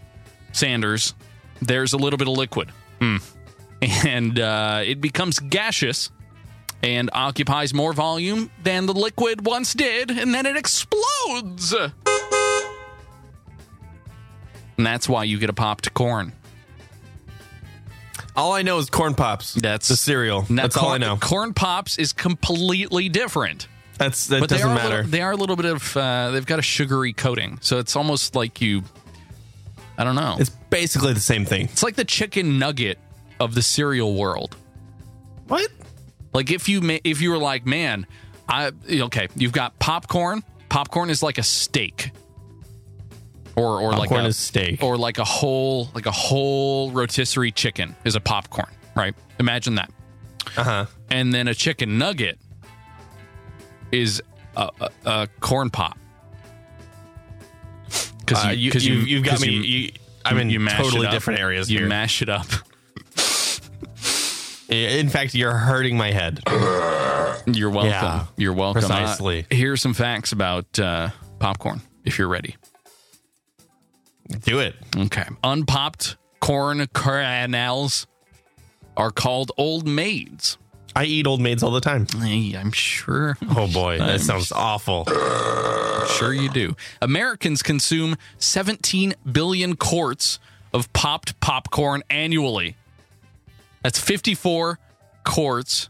Speaker 3: Sanders, there's a little bit of liquid,
Speaker 4: Hmm.
Speaker 3: and uh, it becomes gaseous and occupies more volume than the liquid once did, and then it explodes. And that's why you get a popped corn.
Speaker 4: All I know is corn pops.
Speaker 3: That's-
Speaker 4: the cereal.
Speaker 3: Now,
Speaker 4: That's all I
Speaker 3: corn-
Speaker 4: know.
Speaker 3: Corn pops is completely different.
Speaker 4: That's that
Speaker 3: but they
Speaker 4: doesn't
Speaker 3: are a
Speaker 4: matter.
Speaker 3: little- they are a little bit of uh, they've got a sugary coating, so it's almost like you. I don't know.
Speaker 4: it's
Speaker 3: It's,
Speaker 4: basically the same thing.
Speaker 3: like the chicken nugget of the cereal world.
Speaker 4: What?
Speaker 3: Like if you ma- if you were like, man, I okay, you've got popcorn. Popcorn is like a steak, or or like
Speaker 4: Popcorn
Speaker 3: a
Speaker 4: is steak.
Speaker 3: or like a whole like a whole rotisserie chicken is a popcorn, right? Imagine that.
Speaker 4: Uh huh.
Speaker 3: and then a chicken nugget is a, a, a corn pop. Because
Speaker 4: Uh, you, you, you, have got me. You, I'm in totally different areas
Speaker 3: You
Speaker 4: here.
Speaker 3: mash it up.
Speaker 4: in fact, you're hurting my head.
Speaker 3: You're welcome.
Speaker 4: Yeah,
Speaker 3: you're welcome. Uh,
Speaker 4: precisely.
Speaker 3: here are some facts about uh, popcorn. If you're ready,
Speaker 4: Do it.
Speaker 3: okay. Unpopped corn kernels are called old maids.
Speaker 4: I eat old maids all the time.
Speaker 3: Hey, I'm sure.
Speaker 4: Oh boy, that sounds awful.
Speaker 3: Sure, you do. Americans consume 17 billion quarts of popped popcorn annually. That's 54 quarts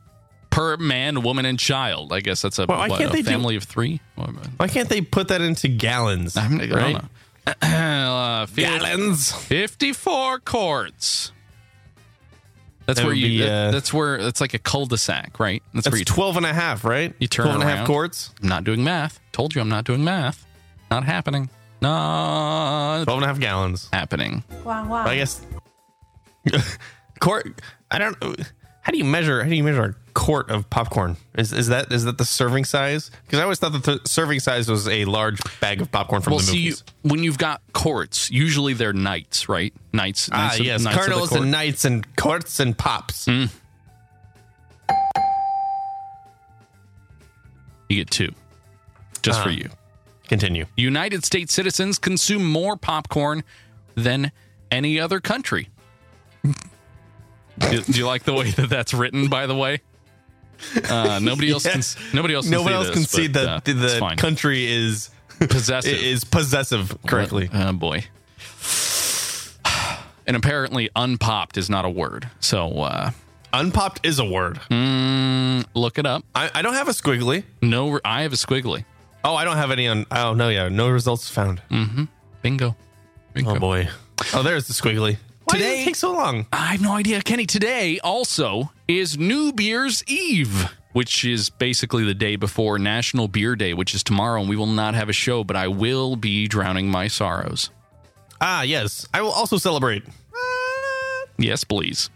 Speaker 3: per man, woman, and child. I guess that's a,
Speaker 4: Well, why
Speaker 3: what,
Speaker 4: can't
Speaker 3: a
Speaker 4: they do-
Speaker 3: family of three? I'm,
Speaker 4: Why can't they put that into gallons?
Speaker 3: I'm, I don't
Speaker 4: Right?
Speaker 3: know. Uh, fif-
Speaker 4: Gallons.
Speaker 3: 54 quarts. That's
Speaker 4: That
Speaker 3: where
Speaker 4: would
Speaker 3: you.
Speaker 4: be,
Speaker 3: that-
Speaker 4: uh,
Speaker 3: that's where. That's like a cul-de-sac, right? That's, where
Speaker 4: That's
Speaker 3: you.
Speaker 4: 12 and a half, right?
Speaker 3: You turn
Speaker 4: 12 and a
Speaker 3: around.
Speaker 4: half quarts.
Speaker 3: I'm not doing math. Told you I'm not doing math. Not happening. Not
Speaker 4: 12 and a half gallons.
Speaker 3: happening.
Speaker 4: I guess quart. I don't. How do you measure? How do you measure a quart of popcorn? Is is that is that the serving size? Because I always thought that the serving size was a large bag of popcorn from
Speaker 3: Well,
Speaker 4: the
Speaker 3: see, you,
Speaker 4: movies.
Speaker 3: when you've got courts, usually they're knights, right? Knights.
Speaker 4: ah,
Speaker 3: knights of-
Speaker 4: yes,
Speaker 3: knights of the
Speaker 4: kernels
Speaker 3: court. Hmm.
Speaker 4: and knights and quarts and pops.
Speaker 3: You get two, just for
Speaker 4: Ah.
Speaker 3: you.
Speaker 4: Continue.
Speaker 3: United States citizens consume more popcorn than any other country. do, do you like the way that that's written? By the way, uh, nobody else can.
Speaker 4: Yes.
Speaker 3: Nobody else.
Speaker 4: Nobody
Speaker 3: can
Speaker 4: else
Speaker 3: see
Speaker 4: can
Speaker 3: this,
Speaker 4: see
Speaker 3: but,
Speaker 4: that
Speaker 3: uh,
Speaker 4: the,
Speaker 3: it's
Speaker 4: the
Speaker 3: fine.
Speaker 4: country is
Speaker 3: possessive
Speaker 4: is possessive correctly.
Speaker 3: Oh boy. And apparently, unpopped is not a word. So uh,
Speaker 4: Unpopped is a word.
Speaker 3: Hmm. look it up.
Speaker 4: I, I don't have a squiggly.
Speaker 3: No, I have a squiggly.
Speaker 4: Oh, I don't have any on. Oh no, yeah, no results found.
Speaker 3: Bingo. Bingo.
Speaker 4: Oh boy. Oh, there's the squiggly. Why did it take so long?
Speaker 3: I have no idea, Kenny. Today also is New Beer's Eve, which is basically the day before National Beer Day, which is tomorrow, and we will not have a show, but I will be drowning my sorrows.
Speaker 4: Ah, yes. I will also celebrate.
Speaker 3: Yes, please.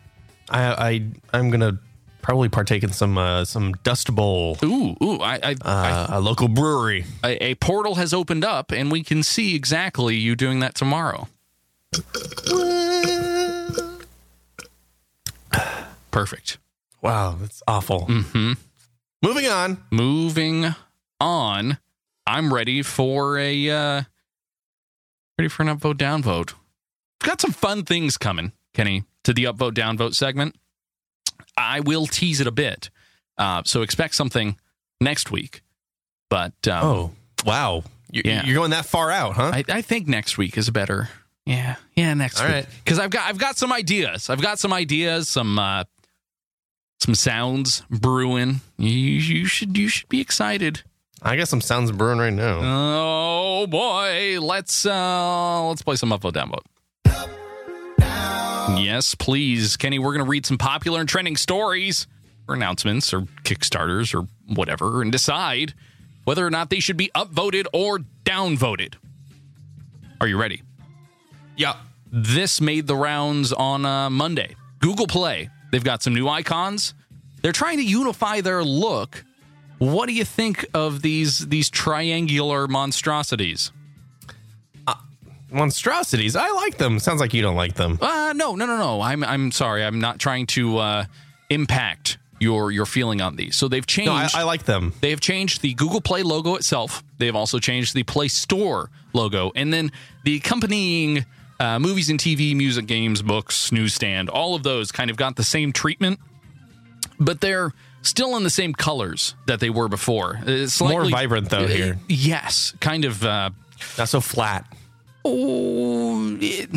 Speaker 4: I, I I'm gonna probably partake in some uh, some Dust Bowl,
Speaker 3: Ooh, ooh, I, I,
Speaker 4: uh, a local brewery.
Speaker 3: I, a portal has opened up, and we can see exactly you doing that tomorrow. Perfect.
Speaker 4: Wow, that's awful.
Speaker 3: hmm
Speaker 4: Moving on.
Speaker 3: moving on, I'm ready for a uh ready for an upvote downvote. We've got some fun things coming, Kenny, to the upvote downvote segment. I will tease it a bit. Uh so expect something next week. But um,
Speaker 4: Oh, wow. You,
Speaker 3: Yeah.
Speaker 4: You're going that far out, huh?
Speaker 3: I, I think next week is better. Yeah, yeah, next
Speaker 4: All
Speaker 3: week.
Speaker 4: right.
Speaker 3: Because I've got I've got some ideas. I've got some ideas. Some uh, some sounds brewing. You, you should you should be excited.
Speaker 4: I, got some sounds brewing right now.
Speaker 3: Oh boy, let's uh let's play some upvote downvote. Yes, please, Kenny. We're gonna read some popular and trending stories, or announcements, or kickstarters, or whatever, and decide whether or not they should be upvoted or downvoted. Are you ready?
Speaker 6: Yeah.
Speaker 3: This made the rounds on uh, Monday. Google Play, they've got some new icons. They're trying to unify their look. What do you think of these these triangular monstrosities?
Speaker 4: Monstrosities. I like them. Sounds like you don't like them.
Speaker 3: Uh no, no, no, no. I'm I'm sorry. I'm not trying to uh, impact your your feeling on these. So they've changed.
Speaker 4: No, I, I like them.
Speaker 3: They have changed the Google Play logo itself. They have also changed the Play Store logo, and then the accompanying uh, movies and TV, music, games, books, newsstand. All of those kind of got the same treatment, but they're still in the same colors that they were before. It's
Speaker 4: More
Speaker 3: slightly- Uh,
Speaker 4: vibrant, though, here.
Speaker 3: Yes, kind of. Uh,
Speaker 4: Not so flat.
Speaker 3: oh, it-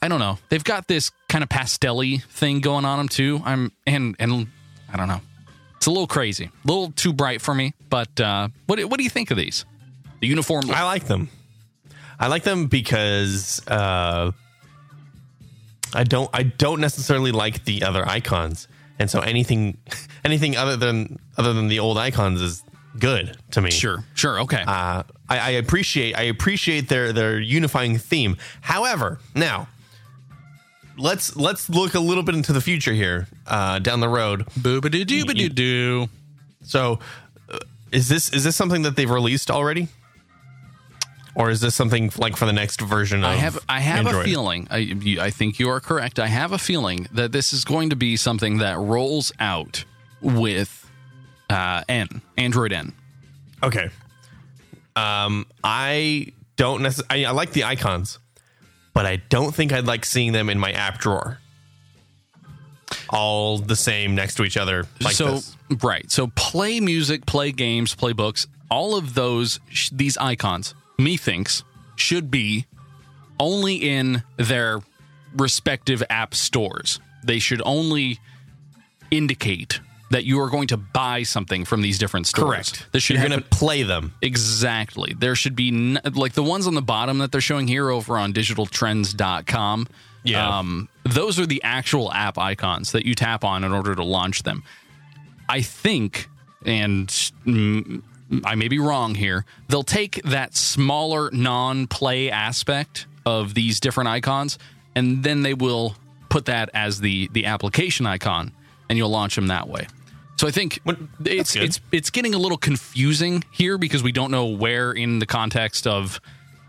Speaker 3: I don't know. They've got this kind of pastelly thing going on them too. I'm and and I don't know. It's a little crazy, a little too bright for me. But uh, what do- what do you think of these? The uniform.
Speaker 4: I like them. I like them because uh, I don't I don't necessarily like the other icons, and so anything anything other than other than the old icons is good to me.
Speaker 3: sure, sure, okay.
Speaker 4: Uh, I, I appreciate I appreciate their their unifying theme. However, now let's let's look a little bit into the future here uh, down the road.
Speaker 3: Booba doo doo doo doo.
Speaker 4: So, uh, is this is this something that they've released already, or is this something like for the next version? Of
Speaker 3: I have I have
Speaker 4: Android?
Speaker 3: a feeling. I you- I think you are correct. I have a feeling that this is going to be something that rolls out with uh, N Android N.
Speaker 4: Okay. Um, I don't necessarily. I, I like the icons, but I don't think I'd like seeing them in my app drawer. All the same next to each other, like
Speaker 3: so
Speaker 4: this.
Speaker 3: right so play music play games play books all of those sh- these icons methinks should be only in their respective app stores they should only indicate that you are going to buy something from these different stores this should
Speaker 4: You're
Speaker 3: happen
Speaker 4: gonna play them.
Speaker 3: Exactly. There should be n- like the ones on the bottom that they're showing here over on digitaltrends.com.
Speaker 4: Yeah.
Speaker 3: Um, those are the actual app icons that you tap on in order to launch them. I think, and mm, I may be wrong here, they'll take that smaller non play aspect of these different icons and then they will put that as the, the application icon and you'll launch them that way. So I think
Speaker 4: What- that's
Speaker 3: it's
Speaker 4: good.
Speaker 3: it's it's getting a little confusing here because we don't know where in the context of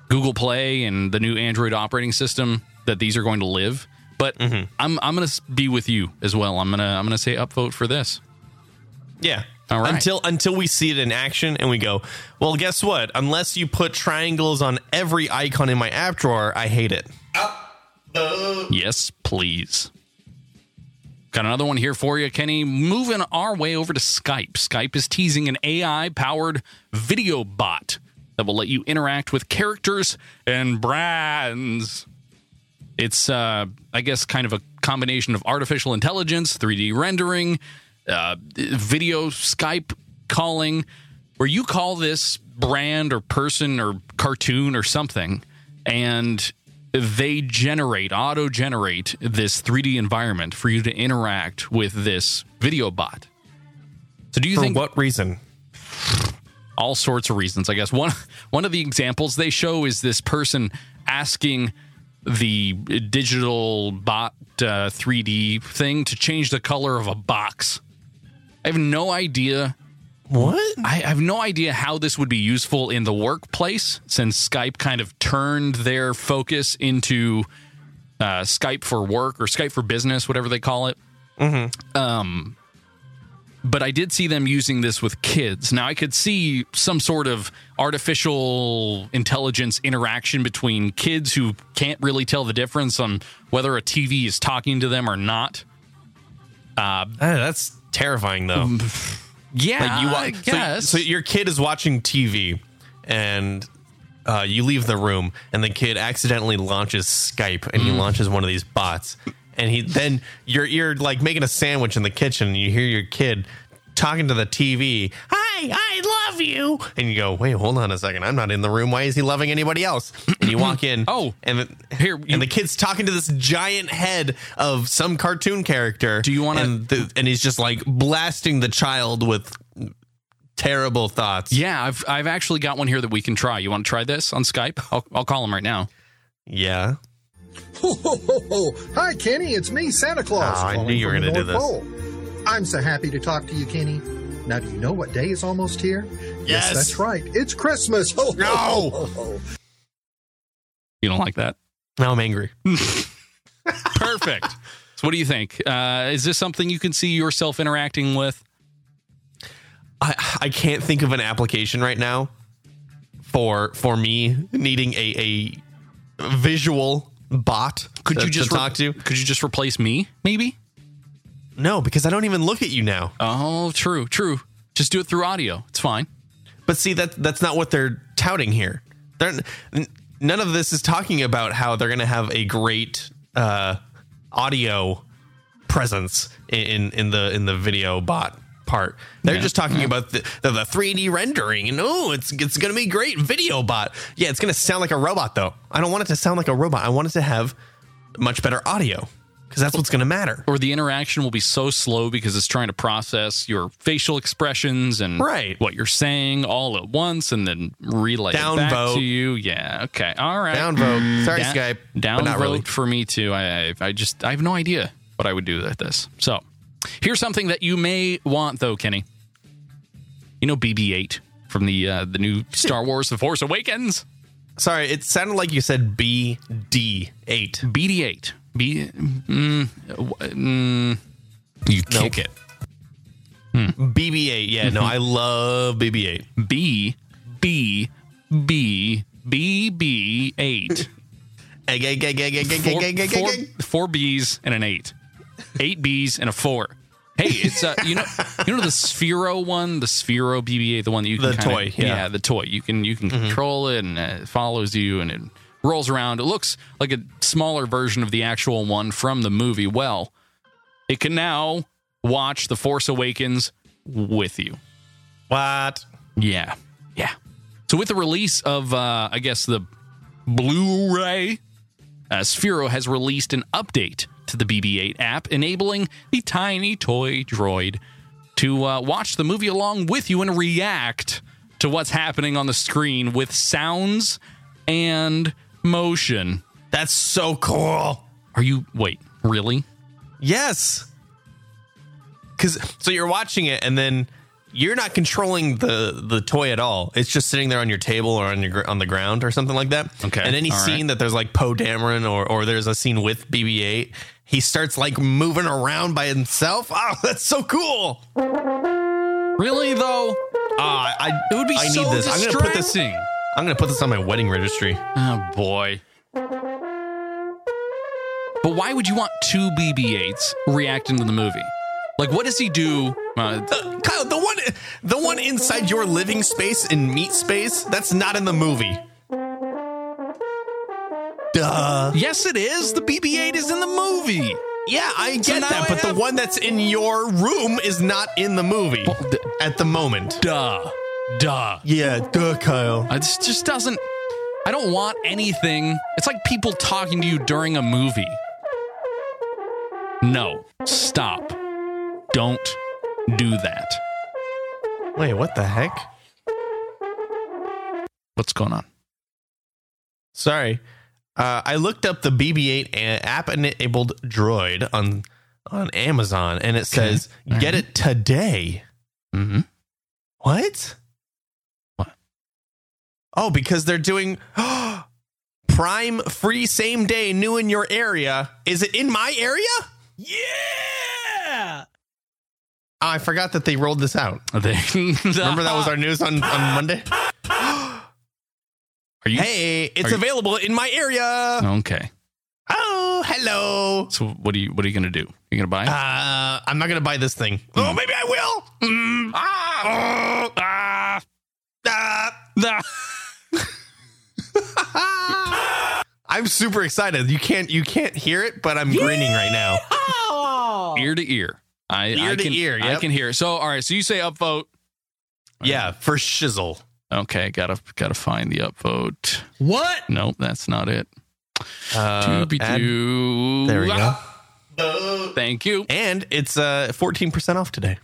Speaker 3: Google Play and the new Android operating system that these are going to live. But
Speaker 4: Mm-hmm.
Speaker 3: I'm I'm going to be with you as well. I'm going to I'm going to say upvote for this.
Speaker 4: Yeah.
Speaker 3: All right.
Speaker 4: Until until we see it in action and we go, well, guess what? Unless you put triangles on every icon in my app drawer, I hate it.
Speaker 3: Yes, please. Got another one here for you, Kenny. Moving our way over to Skype. Skype is teasing an AI powered video bot that will let you interact with characters and brands. It's, uh, I guess, kind of a combination of artificial intelligence, 3D rendering, uh, video Skype calling, where you call this brand or person or cartoon or something, and they generate, auto generate this 3D environment for you to interact with this video bot. So, do you
Speaker 4: For
Speaker 3: think
Speaker 4: what reason?
Speaker 3: all sorts of reasons. I guess one one of the examples they show is this person asking the digital bot uh, 3D thing to change the color of a box. I have no idea.
Speaker 4: What?
Speaker 3: I have no idea how this would be useful in the workplace since Skype kind of turned their focus into uh, Skype for work or Skype for business, whatever they call it Mm-hmm. Um, but I did see them using this with kids. Now I could see some sort of artificial intelligence interaction between kids who can't really tell the difference on whether a TV is talking to them or not.
Speaker 4: Ah, that's terrifying
Speaker 3: Mm-hmm.
Speaker 4: though.
Speaker 3: Yeah,
Speaker 4: Like,
Speaker 3: you,
Speaker 4: wa-
Speaker 3: I
Speaker 4: so-
Speaker 3: guess.
Speaker 4: So, your kid is watching TV and uh, you leave the room and the kid accidentally launches Skype and
Speaker 3: Mm.
Speaker 4: he launches one of these bots and he then you're you're like making a sandwich in the kitchen and you hear your kid talking to the TV. Hi, I love you. And you go, wait, hold on a second. I'm not in the room. Why is he loving anybody else? And you walk in.
Speaker 3: Oh,
Speaker 4: and the,
Speaker 3: here, you-
Speaker 4: and the kid's talking to this giant head of some cartoon character.
Speaker 3: Do you wanna-
Speaker 4: And, the, and he's just like blasting the child with terrible thoughts.
Speaker 3: Yeah, I've I've actually got one here that we can try. You want to try this on Skype? I'll I'll call him right now.
Speaker 4: Yeah.
Speaker 7: Ho, ho, ho, ho. Hi, Kenny. It's me, Santa Claus.
Speaker 4: Oh, I
Speaker 7: calling
Speaker 4: knew you were
Speaker 7: from the
Speaker 4: gonna do
Speaker 7: North Pole. I'm so happy to talk to you, Kenny. Now, do you know what day is almost here?
Speaker 4: Yes.
Speaker 7: that's right. It's Christmas. Ho, ho,
Speaker 4: No.
Speaker 7: ho, ho, ho.
Speaker 3: You don't like that?
Speaker 4: Now I'm angry.
Speaker 3: Perfect. so what do you think? Uh, is this something you can see yourself interacting with?
Speaker 4: I I can't think of an application right now for for me needing a a visual bot.
Speaker 3: Could
Speaker 4: to-
Speaker 3: you just
Speaker 4: Uh, to
Speaker 3: re-
Speaker 4: talk to?
Speaker 3: Could you just replace me? Maybe.
Speaker 4: No, because I don't even look at you now.
Speaker 3: Oh, true, true. Just do it through audio. It's fine.
Speaker 4: But see that that's not what they're touting here. They're n- none of this is talking about how they're going to have a great uh, audio presence in in the in the video bot part. They're just talking about the, the the 3D rendering and oh, it's it's going to be great video bot. Yeah, it's going to sound like a robot though. I don't want it to sound like a robot. I want it to have much better audio because that's what's going to matter.
Speaker 3: Or the interaction will be so slow because it's trying to process your facial expressions and
Speaker 4: Right.
Speaker 3: what you're saying all at once, and then relay it back
Speaker 4: Downvote.
Speaker 3: to you. Yeah. Okay. All right.
Speaker 4: Downvote. Sorry,
Speaker 3: Da-
Speaker 4: Skype.
Speaker 3: Downvote
Speaker 4: but not really.
Speaker 3: for me too. I, I I just I have no idea what I would do with this. So here's something that you may want though, Kenny. You know BB-8 from the uh, the new Star Wars: The Force Awakens.
Speaker 4: Sorry, it sounded like you said BD8.
Speaker 3: BD-8. B. Mm, wh- mm, you kick it.
Speaker 4: Hmm.
Speaker 3: Mm-hmm.
Speaker 4: BB8. Yeah, no, I love BB8.
Speaker 3: B B B B B eight.
Speaker 4: Egg, egg, egg, egg, egg, egg,
Speaker 3: Four,
Speaker 4: egg, egg, egg,
Speaker 3: four-
Speaker 4: egg.
Speaker 3: four B's and an eight. Eight B's and a four. Hey, it's uh, you know you know the Sphero one, the Sphero BB-8, the one that you can
Speaker 4: The
Speaker 3: kinda-
Speaker 4: toy, yeah. Mm-hmm.
Speaker 3: the toy. You can you can control it and uh, it follows you and it rolls around. It looks like a smaller version of the actual one from the movie. Well, it can now watch The Force Awakens with you.
Speaker 4: What?
Speaker 3: Yeah. Yeah. So with the release of uh I guess the Blu-ray, uh, Sphero has released an update to the BB-8 app enabling the tiny toy droid to uh, watch the movie along with you and react to what's happening on the screen with sounds and motion.
Speaker 4: That's so cool.
Speaker 3: Are you wait, really?
Speaker 4: Yes. Cause so you're watching it and then you're not controlling the the toy at all. It's just sitting there on your table or on your gr- on the ground or something like that.
Speaker 3: Okay,
Speaker 4: And any
Speaker 3: all right.
Speaker 4: scene that there's like Poe Dameron or or there's a scene with BB-8, he starts like moving around by himself. Oh, that's so cool.
Speaker 3: Really though?
Speaker 4: Ah, I
Speaker 3: It would be
Speaker 4: I
Speaker 3: so
Speaker 4: need this. I'm
Speaker 3: distracting.
Speaker 4: gonna put this. I'm gonna put this on my wedding registry.
Speaker 3: Oh boy. But why would you want two BB-8s reacting to the movie? Like, what does he do? Uh,
Speaker 4: Uh, Kyle, the one, the one inside your living space in meat space, that's not in the movie. Duh.
Speaker 3: yes, it is. The BB-8 is in the movie.
Speaker 4: Yeah, I get
Speaker 3: now
Speaker 4: that,
Speaker 3: I
Speaker 4: but
Speaker 3: have-
Speaker 4: the one that's in your room is not in the movie
Speaker 3: th-
Speaker 4: at the moment.
Speaker 3: Duh, duh.
Speaker 4: Yeah, duh, Kyle.
Speaker 3: It just just doesn't. I don't want anything. It's like people talking to you during a movie. No, stop. Don't do that.
Speaker 4: Wait, what the heck?
Speaker 3: What's going on?
Speaker 4: Sorry, uh, I looked up the BB-8 a- app-enabled droid on on Amazon, and it says get it today.
Speaker 3: Mm-hmm.
Speaker 4: What?
Speaker 3: What?
Speaker 4: Oh, because they're doing Prime free same day new in your area. Is it in my area? Yeah. Oh, I forgot that they rolled this out. Remember that was our news on, on Monday?
Speaker 3: Are you
Speaker 4: Hey, uh, it's
Speaker 3: you-
Speaker 4: available in my area.
Speaker 3: okay?
Speaker 4: Oh, hello.
Speaker 3: So what are you what are you gonna do? You gonna buy it?
Speaker 4: Uh, I'm not gonna buy this
Speaker 3: Mm.
Speaker 4: thing. Oh, maybe I will. Mm. Ah. Oh. Ah. Ah. I'm super excited. You can't you can't hear it, but I'm grinning right now.
Speaker 3: ear to ear. I, I
Speaker 4: Ear to
Speaker 3: can,
Speaker 4: ear,
Speaker 3: I
Speaker 4: yep.
Speaker 3: can hear. it. So, all right. So you say upvote.
Speaker 4: Yeah, for shizzle.
Speaker 3: Okay, gotta gotta find the upvote.
Speaker 4: What?
Speaker 3: Nope, that's not it.
Speaker 4: Uh, and,
Speaker 3: Doobie-doo.
Speaker 4: there we go.
Speaker 3: Ah, Thank you.
Speaker 4: And it's uh 14% off today.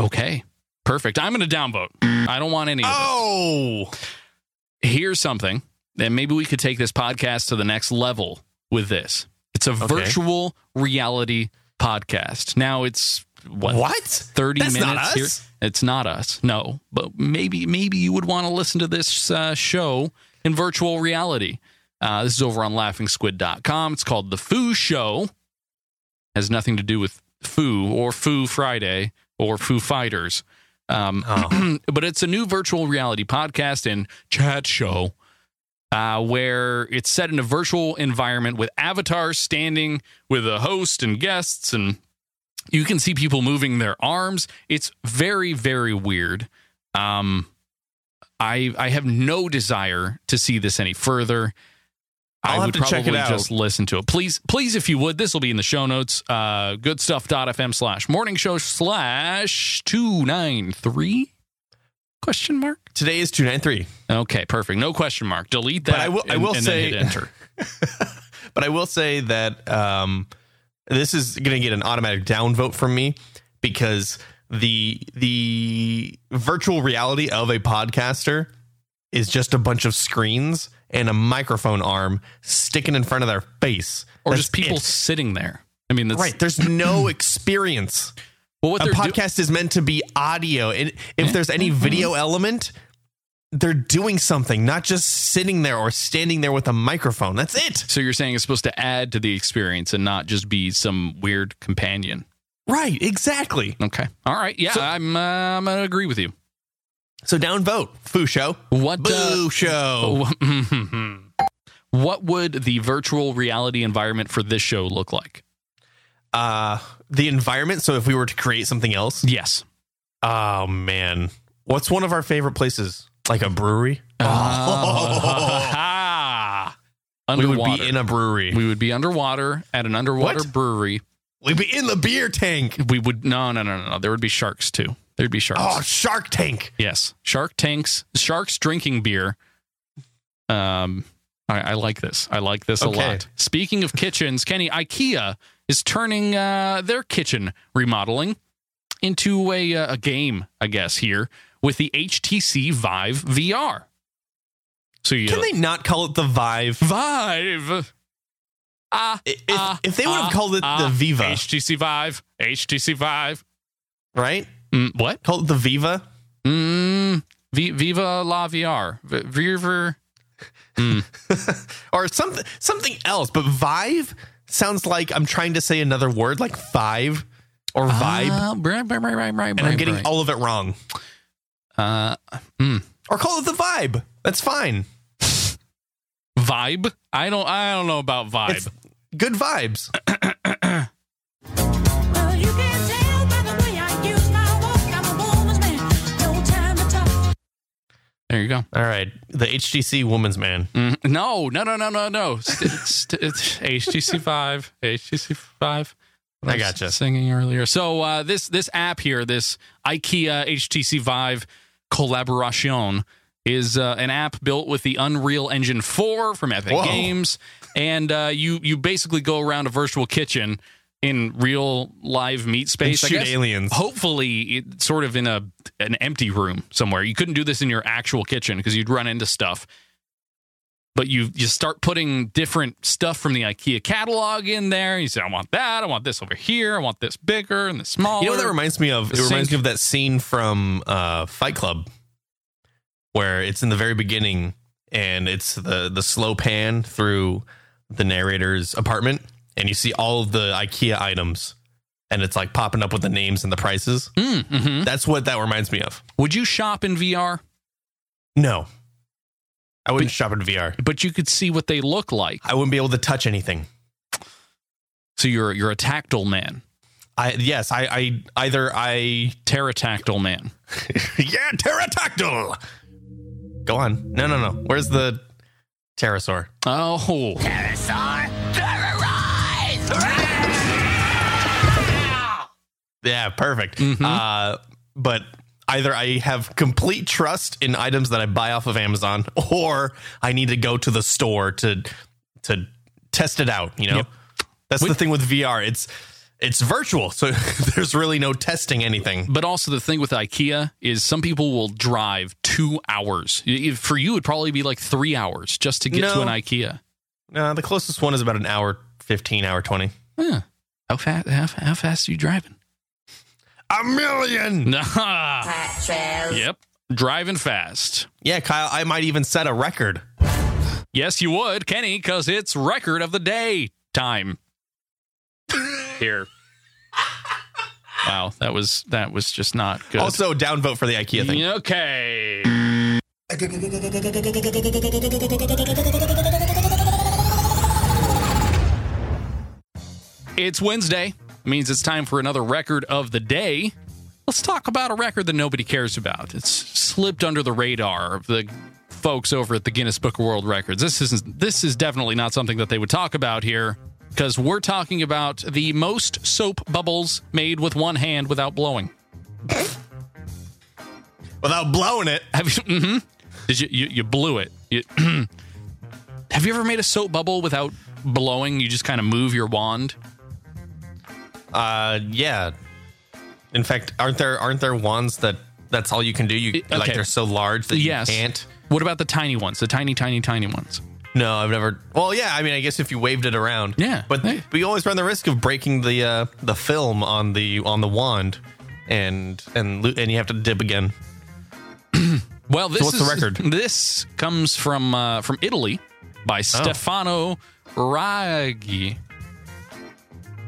Speaker 3: Okay, Perfect. I'm going to downvote. I don't want any. of this.
Speaker 4: Oh,
Speaker 3: Here's something, and maybe we could take this podcast to the next level with this. It's a virtual reality podcast. Now it's what,
Speaker 4: what?
Speaker 3: 30
Speaker 4: That's
Speaker 3: minutes
Speaker 4: not us.
Speaker 3: here. It's not us. No, but maybe maybe you would want to listen to this uh, show in virtual reality. Uh, this is over on laughingsquid.com. It's called The Foo Show. Has nothing to do with Foo or Foo Friday or Foo Fighters. Um,
Speaker 4: Oh.
Speaker 3: but it's a new virtual reality podcast and chat show uh, where it's set in a virtual environment with avatars standing with a host and guests and you can see people moving their arms. It's very, very weird. Um, I I have no desire to see this any further. I
Speaker 4: I'll have
Speaker 3: would
Speaker 4: to
Speaker 3: probably
Speaker 4: check it out.
Speaker 3: just listen to it. Please, please, if you would, this will be in the show notes. Uh, goodstuff.fm slash morning show slash 293 question mark.
Speaker 4: Today is 293.
Speaker 3: Okay, perfect. No question mark. Delete that.
Speaker 4: But I will- I
Speaker 3: and-
Speaker 4: will
Speaker 3: and then
Speaker 4: say-
Speaker 3: hit enter.
Speaker 4: But I will say that um, this is going to get an automatic downvote from me because the the virtual reality of a podcaster is just a bunch of screens and a microphone arm sticking in front of their face,
Speaker 3: Or
Speaker 4: That's
Speaker 3: just people
Speaker 4: it.
Speaker 3: sitting there. I mean, that's
Speaker 4: Right? There's no experience.
Speaker 3: Well, what
Speaker 4: a
Speaker 3: they're do- Mm-hmm.
Speaker 4: podcast is meant to be audio, and if there's any video element, they're doing something, not just sitting there or standing there with a microphone. That's it.
Speaker 3: So you're saying it's supposed to add to the experience and not just be some weird companion.
Speaker 4: Right? Exactly.
Speaker 3: Okay. All right. Yeah, I'm. Uh, I'm gonna agree with you.
Speaker 4: So downvote. Foo show.
Speaker 3: What?
Speaker 4: Boo show.
Speaker 3: Uh, what would the virtual reality environment for this show look like?
Speaker 4: Uh, the environment. So if we were to create something else,
Speaker 3: Yes.
Speaker 4: oh man, what's one of our favorite places? Like a brewery.
Speaker 3: Ah.
Speaker 4: we
Speaker 3: underwater.
Speaker 4: would be in a brewery.
Speaker 3: we would be underwater at an underwater
Speaker 4: What?
Speaker 3: brewery.
Speaker 4: We'd be in the beer tank.
Speaker 3: We would no no no no. no. There would be sharks too. There'd be sharks.
Speaker 4: Oh, Shark Tank.
Speaker 3: Yes, shark tanks, sharks drinking beer. Um, I, I like this. I like this
Speaker 4: Okay.
Speaker 3: a lot. Speaking of kitchens, Kenny, IKEA is turning uh, their kitchen remodeling into a uh, a game, I guess. Here with the HTC Vive VR. So you
Speaker 4: Can they not call it the Vive?
Speaker 3: Vive? Ah,
Speaker 4: If,
Speaker 3: ah,
Speaker 4: if they would
Speaker 3: ah,
Speaker 4: have called it
Speaker 3: ah,
Speaker 4: the Viva,
Speaker 3: HTC Vive, HTC Vive.
Speaker 4: right?
Speaker 3: Mm, what?
Speaker 4: Call it the Viva.
Speaker 3: Mm, vi- Viva la VR. V- Viver.
Speaker 4: or something something else. But Vive sounds like I'm trying to say another word like five or vibe,
Speaker 3: Uh, right, right, right, right, right,
Speaker 4: and I'm getting all of it wrong.
Speaker 3: uh,
Speaker 4: Or call it the vibe. That's fine.
Speaker 3: vibe. I don't. I don't know about vibe.
Speaker 4: It's good vibes.
Speaker 8: Well, you can tell by the way I use my walk. I'm a woman's man. No time to talk.
Speaker 3: there you go.
Speaker 4: All right, the HTC Woman's Man.
Speaker 3: Mm, no, no, no, no, no, no. St- st- it's HTC Five. HTC Five. What
Speaker 4: I
Speaker 3: was
Speaker 4: gotcha.
Speaker 3: Singing earlier. So uh, this this app here, this IKEA HTC Vive collaboration. Is uh, an app built with the Unreal Engine 4 from Epic
Speaker 4: Whoa.
Speaker 3: Games, and uh, you you basically go around a virtual kitchen in real live meat space. I
Speaker 4: shoot
Speaker 3: guess.
Speaker 4: aliens.
Speaker 3: Hopefully, it, sort of in a an empty room somewhere. You couldn't do this in your actual kitchen because you'd run into stuff. But you you start putting different stuff from the IKEA catalog in there. You say, I want that. I want this over here. I want this bigger and this smaller.
Speaker 4: You know what that reminds me of?
Speaker 3: The
Speaker 4: It reminds
Speaker 3: sink.
Speaker 4: me of that scene from uh, Fight Club, where it's in the very beginning and it's the the slow pan through the narrator's apartment, and you see all of the IKEA items, and it's like popping up with the names and the prices.
Speaker 3: hmm
Speaker 4: That's what that reminds me of.
Speaker 3: Would you shop in VR?
Speaker 4: No, I wouldn't shop in VR.
Speaker 3: But you could see what they look like.
Speaker 4: I wouldn't be able to touch anything.
Speaker 3: So you're you're a tactile man,
Speaker 4: I yes, I, I either I
Speaker 3: pterodactyl man.
Speaker 4: yeah, pterodactyl. Go on. No, no, no. Where's the pterosaur?
Speaker 3: Oh,
Speaker 4: Yeah, perfect. Uh, but either I have complete trust in items that I buy off of Amazon, or I need to go to the store to to test it out. You know, that's the thing with VR. It's It's virtual, so there's really no testing anything.
Speaker 3: But also the thing with IKEA is some people will drive two hours. Y- y- For you, it'd probably be like three hours just to get to
Speaker 4: No.
Speaker 3: an IKEA.
Speaker 4: Uh, the closest one is about an hour, fifteen, hour twenty.
Speaker 3: Huh. How fast? How, how fast are you driving?
Speaker 4: A million.
Speaker 3: Nah. yep, driving fast.
Speaker 4: Yeah, Kyle, I might even set a record.
Speaker 3: Yes, you would, Kenny, because it's record of the day time. Here. Wow, that was that was just not good.
Speaker 4: Also, downvote for the IKEA thing.
Speaker 3: okay. It's Wednesday. means it's time for another record of the day. Let's talk about a record that nobody cares about. It's slipped under the radar of the folks over at the Guinness Book of World Records. This isn't this is definitely not something that they would talk about here because we're talking about the most soap bubbles made with one hand without blowing.
Speaker 4: Without blowing it.
Speaker 3: Have you mhm. Did you, you you blew it. You, have you ever made a soap bubble without blowing? You just kind of move your wand.
Speaker 4: Uh, yeah. In fact, aren't there aren't there wands that that's all you can do? You
Speaker 3: I-
Speaker 4: like
Speaker 3: okay.
Speaker 4: they're so large that
Speaker 3: Yes.
Speaker 4: you can't.
Speaker 3: What about the tiny ones? The tiny, tiny, tiny ones.
Speaker 4: No, I've never. Well, yeah, I mean, I guess if you waved it around,
Speaker 3: Yeah.
Speaker 4: but
Speaker 3: Hey.
Speaker 4: but you always run the risk of breaking the uh, the film on the on the wand, and and lo- and you have to dip again.
Speaker 3: Well, this
Speaker 4: what's
Speaker 3: is
Speaker 4: the record?
Speaker 3: This comes from uh, from Italy
Speaker 4: Oh.
Speaker 3: by Stefano Raggi.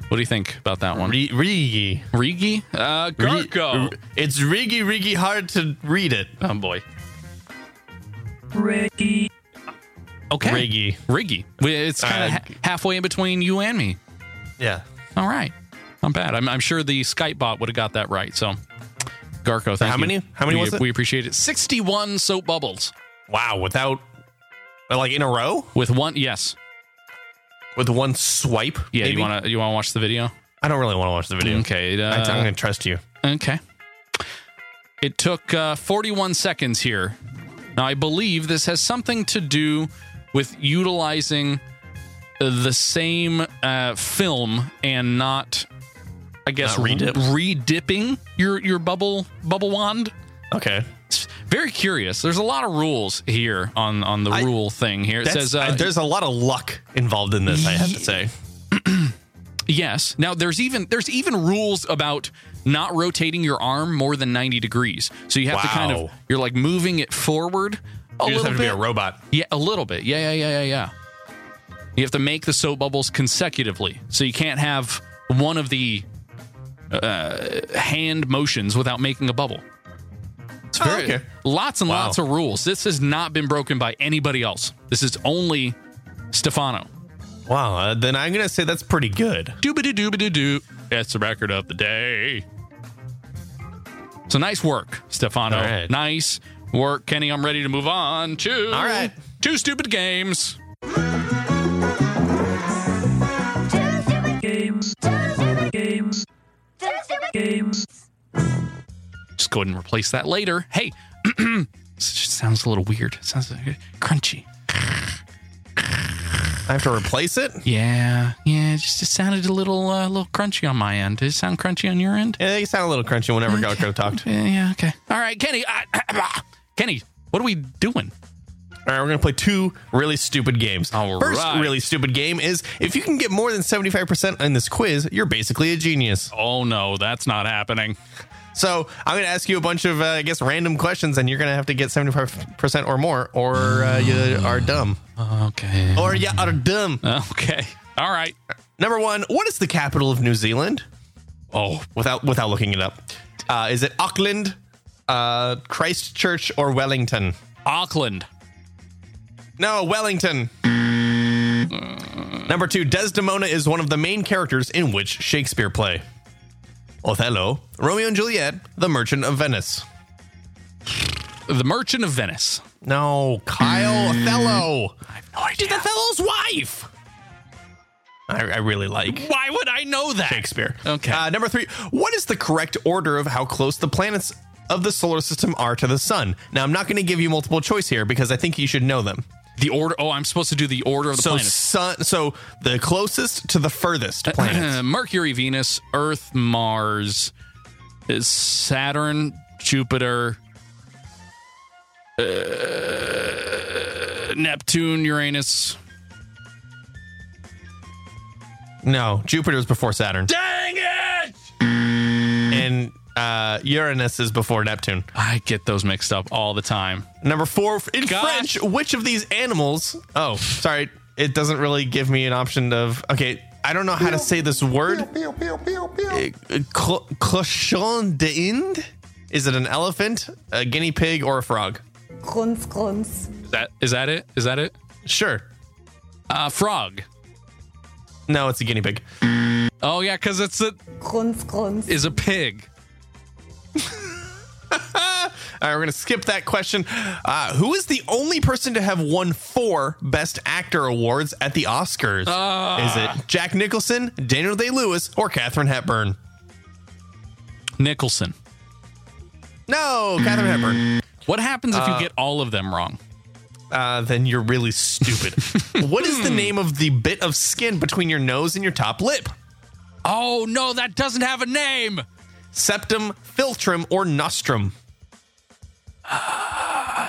Speaker 3: What do you think about that one?
Speaker 4: Re- Rigi,
Speaker 3: Rigi? Uh, Garco.
Speaker 4: it's Rigi Rigi. Hard to read it.
Speaker 3: oh boy.
Speaker 2: Ricky,
Speaker 3: Okay.
Speaker 4: Rigi.
Speaker 3: Riggy. It's kind of
Speaker 4: Uh,
Speaker 3: ha- halfway in between you and me.
Speaker 4: Yeah.
Speaker 3: All right. Not bad. I'm, I'm sure the Skype bot would have got that right. So, Garco, thank
Speaker 4: how
Speaker 3: you.
Speaker 4: many- how many
Speaker 3: we,
Speaker 4: was it?
Speaker 3: We appreciate it. 61 soap bubbles
Speaker 4: Wow. Without like in a row
Speaker 3: with one. Yes.
Speaker 4: with one swipe.
Speaker 3: Yeah.
Speaker 4: maybe?
Speaker 3: You want to you wanna watch the video?
Speaker 4: I don't really want to watch the video.
Speaker 3: Okay.
Speaker 4: I, I'm
Speaker 3: Uh,
Speaker 4: gonna trust you.
Speaker 3: okay. It took uh, 41 seconds here. Now, I believe this has something to do with utilizing uh, the same uh, film and not, I guess,
Speaker 4: Not re-dip.
Speaker 3: re-dipping your, your bubble bubble wand.
Speaker 4: Okay.
Speaker 3: very curious. There's a lot of rules here on on the
Speaker 4: I-
Speaker 3: rule thing here. It
Speaker 4: That's-
Speaker 3: says uh,
Speaker 4: I- there's a lot of luck involved in this. I have to say.
Speaker 3: yes. Now there's even there's even rules about not rotating your arm more than 90 degrees. So you have to kind of
Speaker 4: Wow.
Speaker 3: you're like moving it forward a
Speaker 4: You
Speaker 3: little
Speaker 4: just have to
Speaker 3: bit.
Speaker 4: be a robot.
Speaker 3: yeah, a little bit. Yeah, yeah, yeah, yeah, yeah. You have to make the soap bubbles consecutively. So you can't have one of the uh, hand motions without making a bubble. It's
Speaker 4: Oh,
Speaker 3: very
Speaker 4: okay.
Speaker 3: lots and
Speaker 4: Wow.
Speaker 3: lots of rules. This has not been broken by anybody else. This is only Stefano.
Speaker 4: Wow. Uh, then I'm gonna say that's pretty good.
Speaker 3: Doobity doobity doo. That's the record of the day. So nice work, Stefano.
Speaker 4: All right.
Speaker 3: Nice work, Kenny. I'm ready to move on to
Speaker 4: All right.
Speaker 3: two stupid games.
Speaker 2: games, games, games,
Speaker 3: Just go ahead and replace that later. Hey, this just sounds a little weird. It sounds like crunchy.
Speaker 4: I have to replace it.
Speaker 3: Yeah, yeah. It just it sounded a little, uh, little crunchy on my end. Did it sound crunchy on your end?
Speaker 4: Yeah, you sound a little crunchy whenever Garco talked. All
Speaker 3: Yeah, yeah. Okay. All right, Kenny. I, Kenny, what are we doing?
Speaker 4: right, we're gonna play two really stupid games.
Speaker 3: All
Speaker 4: First
Speaker 3: right.
Speaker 4: really stupid game is if you can get more than seventy five percent in this quiz, you're basically a genius.
Speaker 3: Oh no, that's not happening.
Speaker 4: So I'm gonna ask you a bunch of uh, I guess random questions, and you're gonna have to get seventy five percent or more, or uh, you are dumb,
Speaker 3: Okay.
Speaker 4: or you are dumb.
Speaker 3: Okay. All right.
Speaker 4: Number one, what is the capital of New Zealand?
Speaker 3: Oh,
Speaker 4: Without without looking it up, uh, is it Auckland, uh, Christchurch, or Wellington?
Speaker 3: Auckland.
Speaker 4: No, Wellington. Number two, Desdemona is one of the main characters in which Shakespeare play? Othello, Romeo and Juliet, The Merchant of Venice.
Speaker 3: The Merchant of Venice.
Speaker 4: No, Kyle Othello.
Speaker 3: Mm. No idea.
Speaker 4: Othello's wife. I, I really like
Speaker 3: Why would I know that?
Speaker 4: Shakespeare.
Speaker 3: Okay.
Speaker 4: Uh, number three, what is the correct order of how close the planets of the solar system are to the sun? Now, I'm not going to give you multiple choice here because I think you should know them.
Speaker 3: The order. Oh, I'm supposed to do the order of the
Speaker 4: So
Speaker 3: planets. Uh-huh.
Speaker 4: sun, so the closest to the furthest planet.
Speaker 3: Mercury, Venus, Earth, Mars, uh, Saturn, Jupiter, uh, Neptune, Uranus.
Speaker 4: no, Jupiter is before Saturn,
Speaker 3: Dang it!
Speaker 4: and uh, Uranus is before Neptune.
Speaker 3: I get those mixed up all the time.
Speaker 4: Number four in
Speaker 3: Gosh.
Speaker 4: French. Which of these animals? Oh, sorry, it doesn't really give me an option of. Okay, I don't know how to say this word. Uh, cl- Cochon d'Inde. Is it an elephant, a guinea pig, or a frog?
Speaker 9: Grunz, grunz.
Speaker 3: Is that is that it? Is that it?
Speaker 4: Sure.
Speaker 3: Uh, frog.
Speaker 4: No, it's a guinea pig.
Speaker 3: Oh yeah, because it's a
Speaker 9: Grunz, grunz.
Speaker 3: is a pig.
Speaker 4: All right, we're going to skip that question. Uh, who is the only person to have won four Best Actor awards at the Oscars? is it Jack Nicholson, Daniel Day Lewis, or Katherine Hepburn?
Speaker 3: Nicholson.
Speaker 4: No, Katherine Hepburn.
Speaker 3: What happens if you get all of them wrong?
Speaker 4: Uh, then you're really stupid. what is the name of the bit of skin between your nose and your top lip?
Speaker 3: Oh no, that doesn't have a name.
Speaker 4: Septum, philtrum, or nostrum?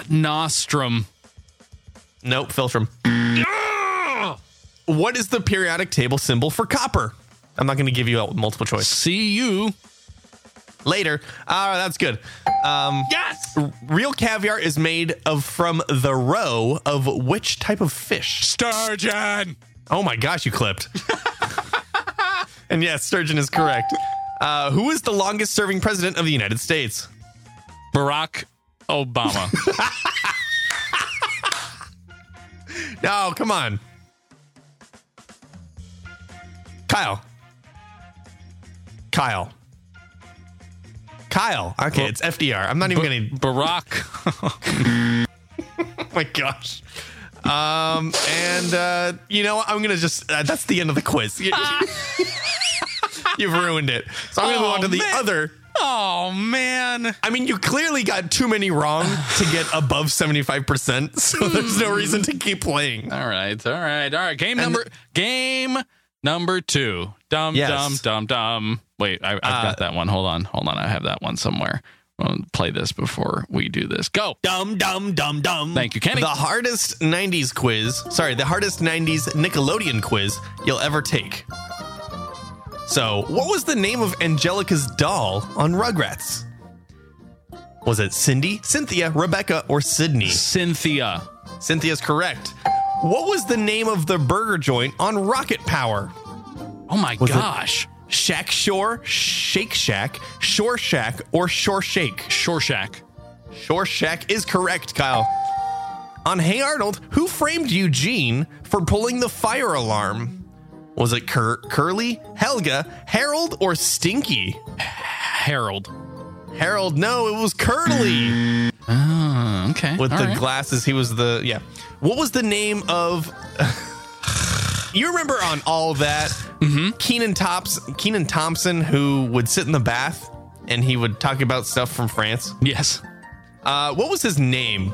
Speaker 3: Nostrum.
Speaker 4: Nope, philtrum. what is the periodic table symbol for copper? I'm not going to give you a multiple choice.
Speaker 3: See you.
Speaker 4: later. Ah, that's good. Um,
Speaker 3: Yes.
Speaker 4: real caviar is made of from the roe of which type of fish?
Speaker 3: Sturgeon.
Speaker 4: Oh my gosh, you clipped. and yes, sturgeon is correct. Uh, who is the longest serving president of the United States?
Speaker 3: Barack Obama.
Speaker 4: No, come on. Kyle. Kyle. Kyle. Okay, it's FDR. I'm not even going to
Speaker 3: Barack.
Speaker 4: my gosh. Um, and uh, you know, what? I'm gonna just uh, that's the end of the quiz. You- You've ruined it. So I'm gonna move
Speaker 3: Oh,
Speaker 4: on to the
Speaker 3: man.
Speaker 4: other.
Speaker 3: Oh man.
Speaker 4: I mean, you clearly got too many wrong to get above 75%, so there's no reason to keep playing.
Speaker 3: All right. All right. All right. Game number. game number two. Dum
Speaker 4: Yes.
Speaker 3: dum dum dum. Wait, I, I've got that one. Hold on. Hold on. I have that one somewhere. I'll play this before we do this. Go.
Speaker 4: Dum, dum, dum, dum.
Speaker 3: Thank you, Kenny.
Speaker 4: The hardest 90s quiz, sorry, the hardest 90s Nickelodeon quiz you'll ever take. So, what was the name of Angelica's doll on Rugrats? Was it Cindy, Cynthia, Rebecca, or Sydney?
Speaker 3: Cynthia.
Speaker 4: Cynthia's correct. What was the name of the burger joint on Rocket Power?
Speaker 3: Oh my
Speaker 4: it-
Speaker 3: gosh.
Speaker 4: Shack Shore, Shake Shack, Shore Shack, or Shore Shake?
Speaker 3: Shorshak.
Speaker 4: Shore Shack is correct, Kyle. On Hey Arnold, who framed Eugene for pulling the fire alarm? Was it Cur- Curly, Helga, Harold, or Stinky?
Speaker 3: Harold.
Speaker 4: Harold, no, it was Curly.
Speaker 3: Oh, okay.
Speaker 4: With
Speaker 3: All
Speaker 4: the
Speaker 3: right.
Speaker 4: glasses, he was the, yeah. What was the name of. you remember on All That,
Speaker 3: Mm-hmm.
Speaker 4: Keenan, Tops, Keenan Thompson, who would sit in the bath and he would talk about stuff from France?
Speaker 3: yes.
Speaker 4: Uh, what was his name?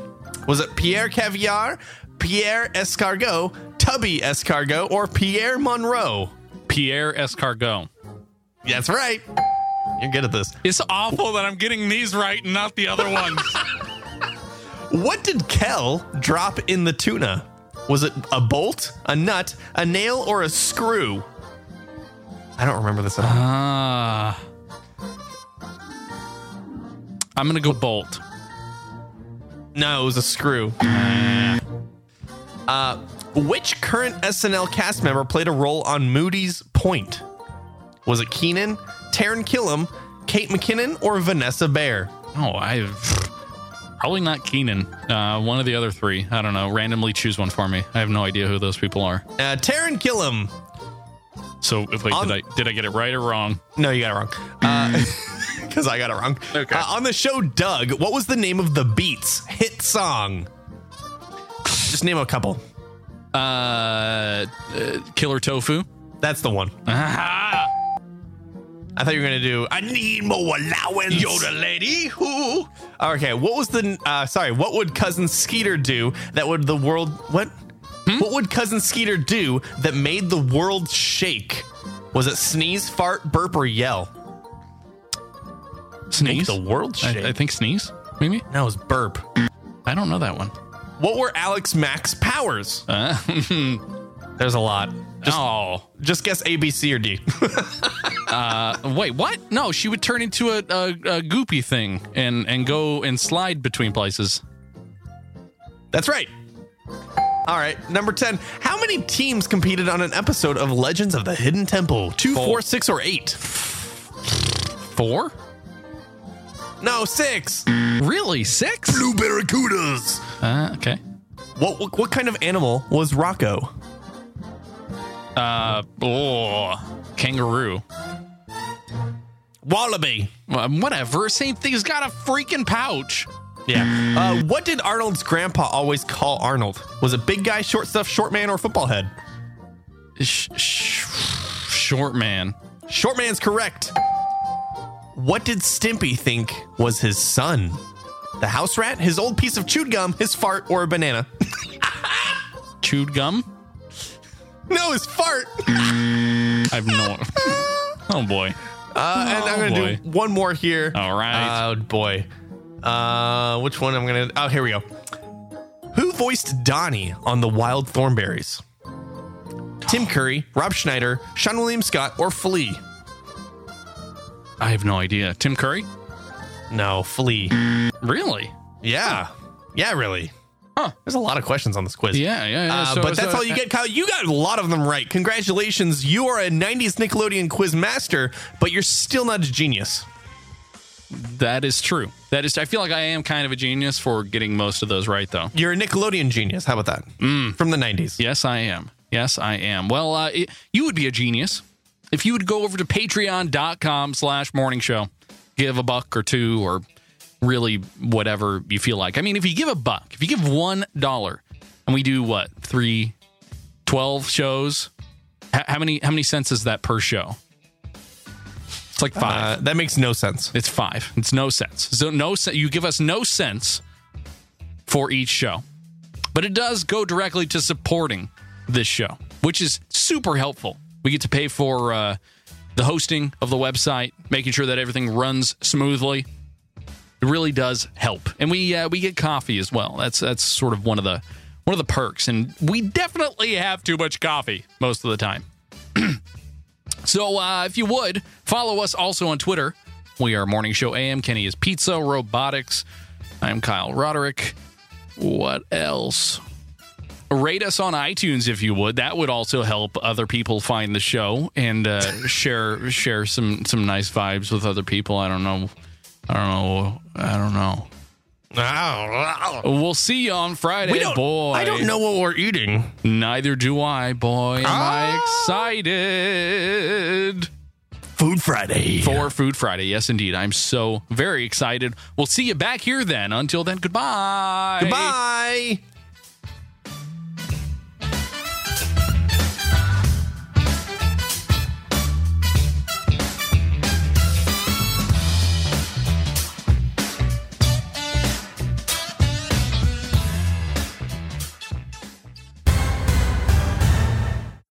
Speaker 4: Was it Pierre Caviar, Pierre Escargot, Tubby Escargot, or Pierre Monroe?
Speaker 3: Pierre Escargot.
Speaker 4: That's right. You're good at this.
Speaker 3: It's awful that I'm getting these right and not the other ones.
Speaker 4: What did Kel drop in the tuna? Was it a bolt, a nut, a nail, or a screw? I don't remember this at all.
Speaker 3: Ah. I'm gonna go bolt.
Speaker 4: No, it was a screw. Uh, which current SNL cast member played a role on Moody's Point? Was it Keenan, Taryn Killam, Kate McKinnon, or Vanessa Bayer?
Speaker 3: Oh, I probably not Keenan. Uh, one of the other three. I don't know. Randomly choose one for me. I have no idea who those people are.
Speaker 4: Uh, Taryn Killam.
Speaker 3: So if wait,
Speaker 4: Um,
Speaker 3: did I did I get it right or wrong?
Speaker 4: No, you got it wrong. Because I got it wrong.
Speaker 3: Okay.
Speaker 4: Uh, on the show Doug, what was the name of the Beats hit song? Just name a couple.
Speaker 3: Uh, uh Killer Tofu.
Speaker 4: That's the one.
Speaker 3: Ah,
Speaker 4: I thought you were gonna do. I need more allowance. Yoda lady, who? Okay, what was the? Uh, sorry, what would cousin Skeeter do that would the world? What?
Speaker 3: Hmm?
Speaker 4: What would cousin Skeeter do that made the world shake? Was it sneeze, fart, burp, or yell?
Speaker 3: Sneeze.
Speaker 4: The world
Speaker 3: I,
Speaker 4: shake.
Speaker 3: I think sneeze. Maybe.
Speaker 4: that was burp.
Speaker 3: I don't know that one.
Speaker 4: What were Alex Max powers?
Speaker 3: Uh,
Speaker 4: There's a lot. Just,
Speaker 3: oh.
Speaker 4: just guess A, B, C, or D.
Speaker 3: Wait, what? No, she would turn into a, a, a goopy thing and and go and slide between places.
Speaker 4: That's right. All right, number 10. How many teams competed on an episode of Legends of the Hidden Temple? Two,
Speaker 3: Four.
Speaker 4: four, six, or eight?
Speaker 3: Four?
Speaker 4: No, six.
Speaker 3: Really? Six?
Speaker 4: Blue barracudas.
Speaker 3: Uh, okay.
Speaker 4: What, what, what kind of animal was Rocco?
Speaker 3: Uh, oh, kangaroo.
Speaker 4: Wallaby.
Speaker 3: Um, whatever. Same thing. He's got a freaking pouch.
Speaker 4: Yeah. Uh, what did Arnold's grandpa always call Arnold? Was it big guy, short stuff, short man, or football head?
Speaker 3: Sh- sh- short man.
Speaker 4: Short man's correct. What did Stimpy think was his son? The house rat, his old piece of chewed gum, his fart, or a banana?
Speaker 3: Chewed gum?
Speaker 4: no, his fart.
Speaker 3: I have no. oh, boy.
Speaker 4: Uh, and I'm gonna
Speaker 3: Oh, boy.
Speaker 4: do one more here.
Speaker 3: All right.
Speaker 4: Oh boy. Uh, which one I'm gonna? Oh, here we go. Who voiced Donnie on The Wild Thornberries?
Speaker 3: Oh.
Speaker 4: Tim Curry, Rob Schneider, Sean William Scott, or Flea?
Speaker 3: I have no idea. Tim Curry?
Speaker 4: No, Flea.
Speaker 3: Really?
Speaker 4: Yeah, yeah, really.
Speaker 3: Huh.
Speaker 4: There's a lot of questions on this quiz.
Speaker 3: Yeah, yeah, yeah.
Speaker 4: Uh,
Speaker 3: So-
Speaker 4: but that's
Speaker 3: so-
Speaker 4: all you get, Kyle. You got a lot of them right. Congratulations. You are a 90s Nickelodeon quiz master, but you're still not a genius.
Speaker 3: That is true. That is. I feel like I am kind of a genius for getting most of those right, though.
Speaker 4: You're a Nickelodeon genius. How about that?
Speaker 3: Mm.
Speaker 4: From the 90s.
Speaker 3: Yes, I am. Yes, I am. Well, uh, it, you would be a genius if you would go over to patreon.com slash morning show, give a buck or two or really whatever you feel like. I mean, if you give a buck, if you give one dollar and we do what, three, 12 shows, H- how many, how many cents is that per show? It's like five.
Speaker 4: Uh, that makes no sense.
Speaker 3: It's five. It's no cents. So no, sen- you give us no cents for each show, but it does go directly to supporting this show, which is super helpful. We get to pay for uh, the hosting of the website, making sure that everything runs smoothly. It really does help, and we uh, we get coffee as well. That's that's sort of one of the one of the perks, and we definitely have too much coffee most of the time. So uh, if you would, follow us also on Twitter. We are Morning Show AM. Kenny is Pizza Robotics. I'm Kyle Roderick. What else? Rate us on iTunes if you would. That would also help other people find the show and uh, share share some some nice vibes with other people. I don't know. I don't know. I don't know. We'll see you on Friday,
Speaker 4: We don't,
Speaker 3: Oh, boy.
Speaker 4: I don't know what we're eating.
Speaker 3: Neither do I, boy. Am I
Speaker 4: Ah.
Speaker 3: excited?
Speaker 4: Food Friday.
Speaker 3: for Food Friday. Yes, indeed. I'm so very excited. We'll see you back here then. Until then, goodbye.
Speaker 4: Goodbye.